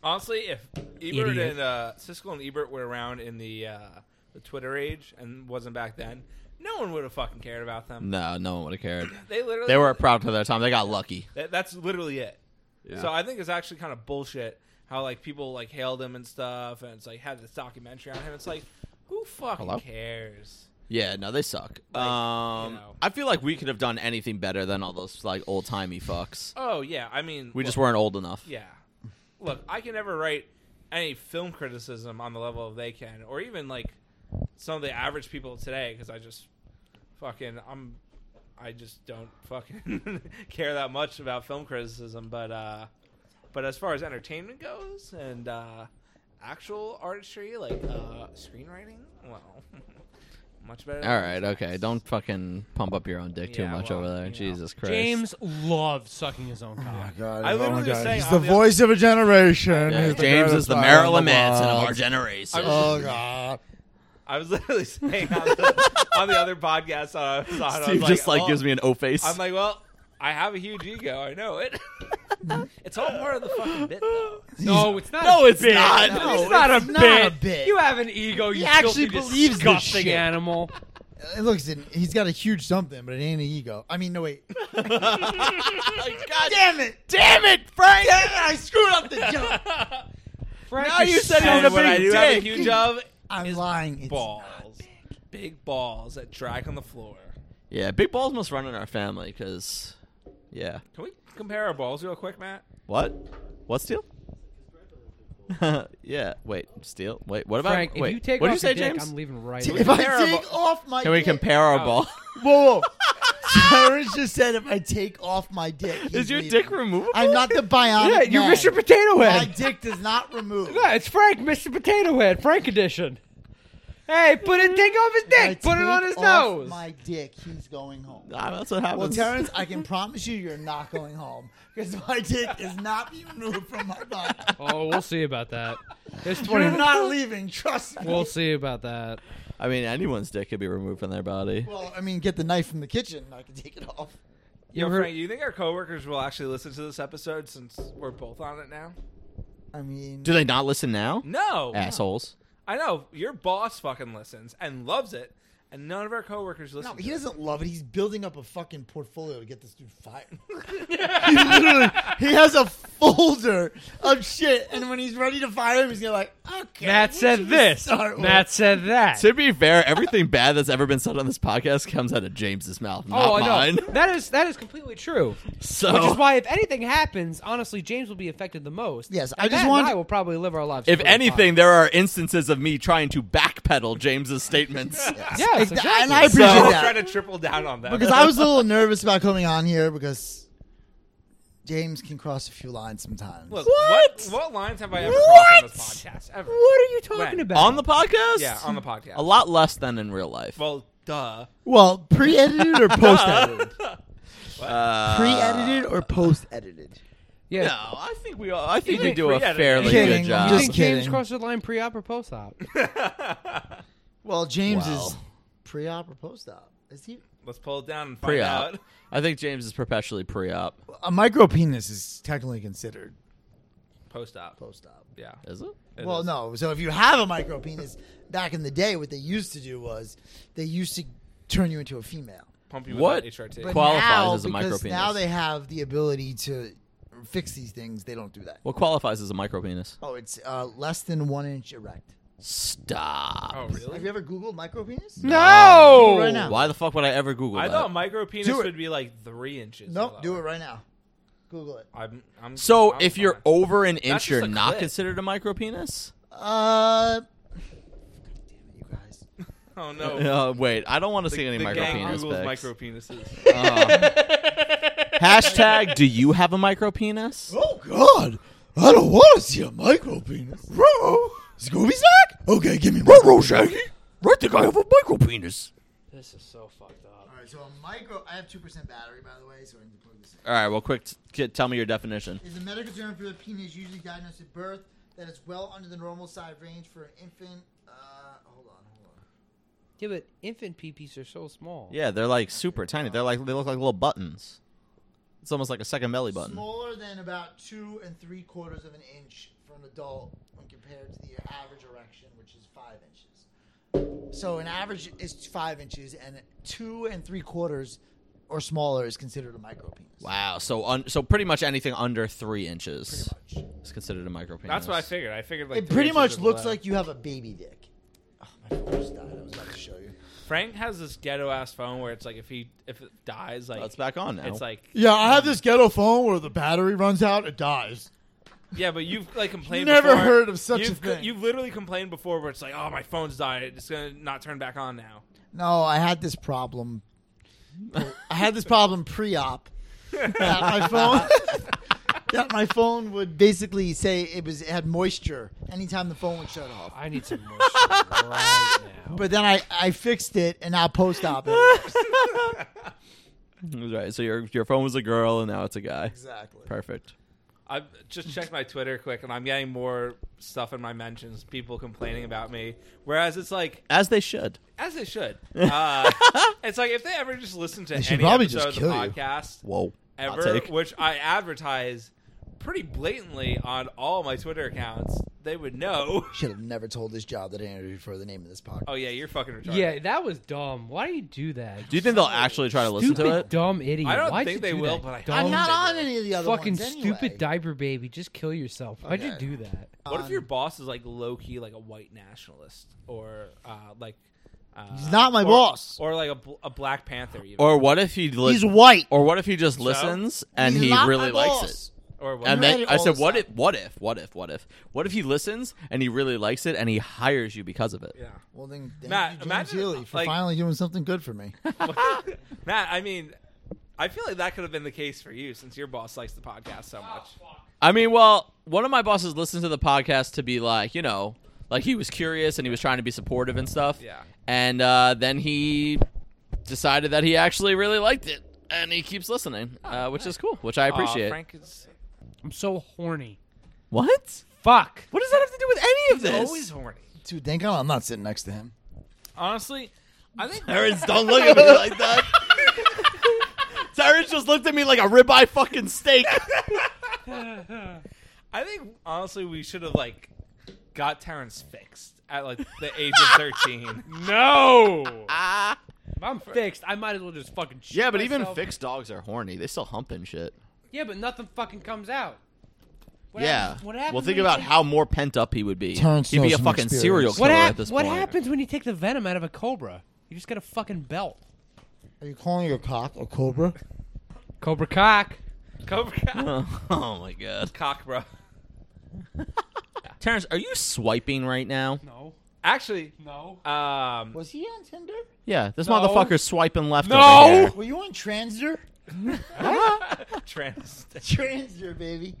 Honestly, if Ebert
Idiot.
and uh, Siskel and Ebert were around in the uh, the Twitter age and wasn't back then, no one would have fucking cared about them.
No, no one would have cared.
They literally
They were proud of their time. They got lucky.
That, that's literally it. So I think it's actually kind of bullshit how like people like hailed him and stuff, and it's like had this documentary on him. It's like, who fucking
Hello?
cares?
Yeah, no, they suck.
Like,
um,
you know.
I feel like we could have done anything better than all those like old timey fucks.
Oh yeah, I mean,
We
look,
just weren't old enough.
Yeah, look, I can never write any film criticism on the level of they can, or even like some of the average people today, because I just fucking I'm. I just don't fucking [LAUGHS] care that much about film criticism, but uh, but as far as entertainment goes and uh, actual artistry, like uh, screenwriting, well, [LAUGHS] much better. than
All right,
those
okay.
guys.
Don't fucking pump up your own dick too
Yeah,
much
well,
over there.
you know.
Jesus Christ.
James loves sucking his own cock.
Oh God,
I literally was saying,
he's
I'm
the
the-
voice of a generation.
Yeah,
He's the
James
greatest
is the
power in
Marilyn Manson of
world.
our generation.
Oh god.
I was literally [LAUGHS] saying on the, on the other podcast that I was on, I was
Steve just like
well-
gives me an O face.
oh, I'm like, well, I have a huge ego. I know it. [LAUGHS] it's all part of the fucking bit, though.
No, it's not.
no,
a
it's
bit.
not.
It's
No,
not
it's
a
not
bit.
a bit.
You have an ego. You
He actually
filthy,
believes this
disgusting
shit.
animal.
It looks, he's got a huge something, but it ain't an ego. I mean, no
[LAUGHS]
wait.
God
Damn it!
damn it, Frank!
Damn it! I screwed up the joke.
Frank
Now
is
you said he
so-
was a
And what I do
big
have a
dick.
huge of
I'm
is
lying. It's
balls, big balls that drag on the floor.
Yeah, big balls must run in our family because, yeah.
Can we compare our balls real quick, Matt?
What? What steel? [LAUGHS] yeah. Wait, steel. Wait. What about?
Frank,
wait.
if you take
what
off
did you say,
your dick,
James?
I'm leaving
[LAUGHS]
right.
If [LAUGHS]
away.
I
Compare our
take off my
Can we
dick-
compare our
Oh.
ball?
Whoa, whoa. [LAUGHS] Cyrus just said if I take off my dick,
Is
he's
your
leaving.
dick removable?
I'm not the bionic.
Yeah, you
man.
wish your potato
My
head.
dick does not remove.
Yeah, it's Frank, Mr. Potato Head, Frank edition. Hey, put it, take off his
If I
dick, put it
take
on his
off
nose.
My dick. He's going home.
[LAUGHS] Nah, that's what
Well,
happens.
Terrence, I can promise you, you're not going home because my dick is not being removed from my body.
Oh, we'll see about that. It's
You're
20
not leaving. Trust me.
We'll see about that.
I mean, anyone's dick could be removed from their body.
Well, I mean, get the knife from the kitchen. I can take it off.
Yo,
heard-
Frank, you think our coworkers will actually listen to this episode since we're both on it now?
I mean,
Do they not listen now?
No,
Assholes.
I know your boss fucking listens and loves it, and none of our coworkers listen.
No,
to
he
it.
doesn't love it. He's building up a fucking portfolio to get this dude
[LAUGHS]
fired. he literally, he has a folder of shit, and when he's ready to fire him, he's gonna like, okay.
Matt
what
said
should we
this.
start with?
Matt said that.
To be fair, everything bad that's ever been said on this podcast comes out of James's mouth, not
Oh, I
mine. Oh.
know. That is that is completely true.
So
Which is why, if anything happens, honestly, James will be affected the most.
Yes,
And
I just
Matt
want-
And I will probably live our lives.
if
completely
anything, there are instances of me trying to backpedal James's statements.
fine. yes,
Ex-
exactly.
And I appreciate
We're
that
trying to triple down on that
because I
[LAUGHS]
was a little nervous about coming on here because James can cross a few lines sometimes.
Look, what? what lines have I ever crossed on this podcast ever?
What are you talking
When?
about?
on the podcast?
Yeah, on the podcast.
a lot less than in real life.
Well, duh.
well,
[LAUGHS]
pre-edited or post-edited?
Uh,
pre-edited or post-edited?
yeah.
No, I think we all, I think
Even
we do a
pre-edited.
fairly
Kidding,
good
I'm
job.
You
just
think James
kidding.
crossed the line pre-op or post-op?
Well, James is
Wow.
pre-op or post-op. Is he?
Let's pull it down and find
pre-op.
out.
I think James is perpetually pre-op.
A micro penis is technically considered
Post op.
post-op.
Yeah.
Is it?
It
well,
is.
no. So if you have a micro penis, back in the day, what they used to do was they used to turn you into a female.
Pump you
What?
with that HRT.
But
Qualifies
now,
as a micro
because
penis.
Now they have the ability to fix these things. They don't do that.
What qualifies as a micro penis?
Oh, it's uh, less than one inch erect.
Stop.
oh,
Have
really?
you ever Googled micro penis?
No.
Oh, Do it right now.
Why the fuck would I ever Google
I
that?
thought micro penis
Do it.
would be like three inches.
No, do it right now. Google it.
I'm, I'm,
so
I'm
if
fine.
you're over an
That's
inch,
just
you're
a
not
clit.
considered a micro penis.
Uh, God damn it, you guys.
oh
[LAUGHS]
no,
Uh, wait, I don't want to see any
the
micro
gang
penis.
Googles
pics. Uh-huh.
micro penises.
Hashtag. Do you have a micro penis?
Oh God! I don't want to see a micro penis. Bro, Scooby Snack? Okay, give me bro, Shaggy.
I think I have a micro penis.
This is so fucked up.
All right, so a micro. I have two percent battery, by the way, so I need to plug this
All right. Well, quick, t- kid, tell me your definition.
in. Is a medical term for a penis usually diagnosed at birth that is well under the normal size range for an infant? Uh, hold on, hold on.
Yeah, but infant peepees are so small.
Yeah, they're like super tiny. They're like they look like little buttons. It's almost like a second belly button.
Smaller than about two and three quarters of an inch for an adult when compared to the average erection, which is five inches. So an average is five inches, and two and three quarters or smaller is considered a micro penis.
Wow. So un- so pretty much anything under three inches
Pretty much.
is considered a micro penis.
That's what I figured. I figured like
It
three
pretty
inches
much
is
looks
low.
like you have a baby dick. Oh, my phone just died. I was about to show you.
Frank has this ghetto ass phone where it's like if he if it dies like
Oh, it's back on now.
It's like
Yeah, I have this ghetto phone where the battery runs out, it dies.
yeah, but you've like complained.
Never
before.
heard of such a
you've,
thing.
You've literally complained before where it's like, oh, my phone's died. It's gonna not turn back on now.
No, I had this problem. I had this problem pre-op. that my phone [LAUGHS] that my phone would basically say it was it had moisture anytime the phone would shut off.
I need some
[LAUGHS]
more shit right now.
But then I, I fixed it and now post-op it.
Right. So your your phone was a girl and now it's a guy.
exactly.
Perfect.
I've just checked my Twitter quick, and I'm getting more stuff in my mentions. People complaining about me, whereas it's like
As they should.
as they should.
[LAUGHS]
Uh, it's like if they ever just listen to
They should
any
probably
episode
just
of the
kill you.
podcast
Whoa. Hot
ever,
take.
which I advertise pretty blatantly on all my Twitter accounts, they would know. [LAUGHS]
Should have never told this job that I interviewed for the name of this podcast.
Oh yeah, you're fucking retarded.
Yeah, that was dumb. Why do you do that?
Do you think they'll actually try to listen
stupid
to it?
dumb idiot.
I don't
Why'd
think
you
they
do
will,
that?
but I
dumb,
I'm not on
they
any of the other
fucking
ones anyway.
stupid diaper baby. Just kill yourself. Why'd
Okay.
you do that?
What if
on-
your boss is like low key, like a white nationalist, or uh, like uh,
He's not my
or-
boss.
or like a, bl- a Black Panther, even.
Or what if he li-
He's white.
or what if he just listens and
He's
he
not
really
my
likes
boss.
it?
or what?
And
You
then
read it
I
all
said,
the
"What
time.
if? What if? What if? What if? What if he listens and he really likes it and he hires you because of it?"
yeah,
Well then, thank
Matt,
you, James
imagine,
Healy, for
like-
finally doing something good for me.
Matt. I mean, I feel like that could have been the case for you since your boss likes the podcast so much.
I mean, well, one of my bosses listened to the podcast to be like, you know, like he was curious and he was trying to be supportive and stuff.
Yeah.
And uh, then he decided that he actually really liked it and he keeps listening, uh, which is cool, which I
Aw,
appreciate.
Frank is
I'm so horny.
What?
Fuck.
What does that have to do with any of this?
always horny.
Dude, thank God I'm not sitting next to him.
Honestly, I think
Terrence, don't look at me like that. [LAUGHS] Terrence just looked at me like a ribeye fucking steak.
I think honestly we should have like got Terrence fixed at like the age of
[LAUGHS]
thirteen.
No. If I'm fixed, I might as well just fucking. Shit
Yeah, but even
myself.
fixed dogs are horny. They still hump and shit.
Yeah, but nothing fucking comes out.
What
yeah.
happens- what happens
well,
when
think
you
about
take-
how more pent up he would be.
Terrence
He'd be
knows
a
from
fucking
experience.
serial
What,
killer
hap-
at this
what
point.
happens when you take the venom out of a cobra? You just get a fucking belt.
Are you calling your cock a cobra?
Cobra cock.
Cobra
[LAUGHS] oh my god,
cock, bro.
Terrence, are you swiping right now?
No.
Actually,
No.
um,
Was he on Tinder?
Yeah, this
No.
motherfucker's swiping left.
No! [LAUGHS]
over here.
Were you on Transder?
trans. [LAUGHS]
Transder, baby.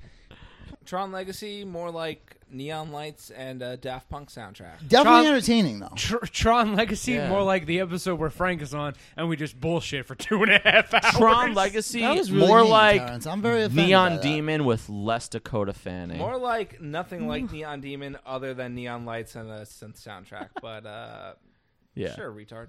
Tron Legacy, more like neon lights and a Daft Punk soundtrack.
Definitely
Tron-
entertaining though.
Tr- Tron Legacy,
Yeah.
more like the episode where Frank is on, and we just bullshit for two and a half hours.
Tron Legacy,
That was really
more
mean,
like
Terrence. I'm very offended by
Neon
that.
Demon with less Dakota Fanning.
More like nothing
[LAUGHS]
like Neon Demon other than neon lights and a synth soundtrack. But uh,
yeah.
sure, retard.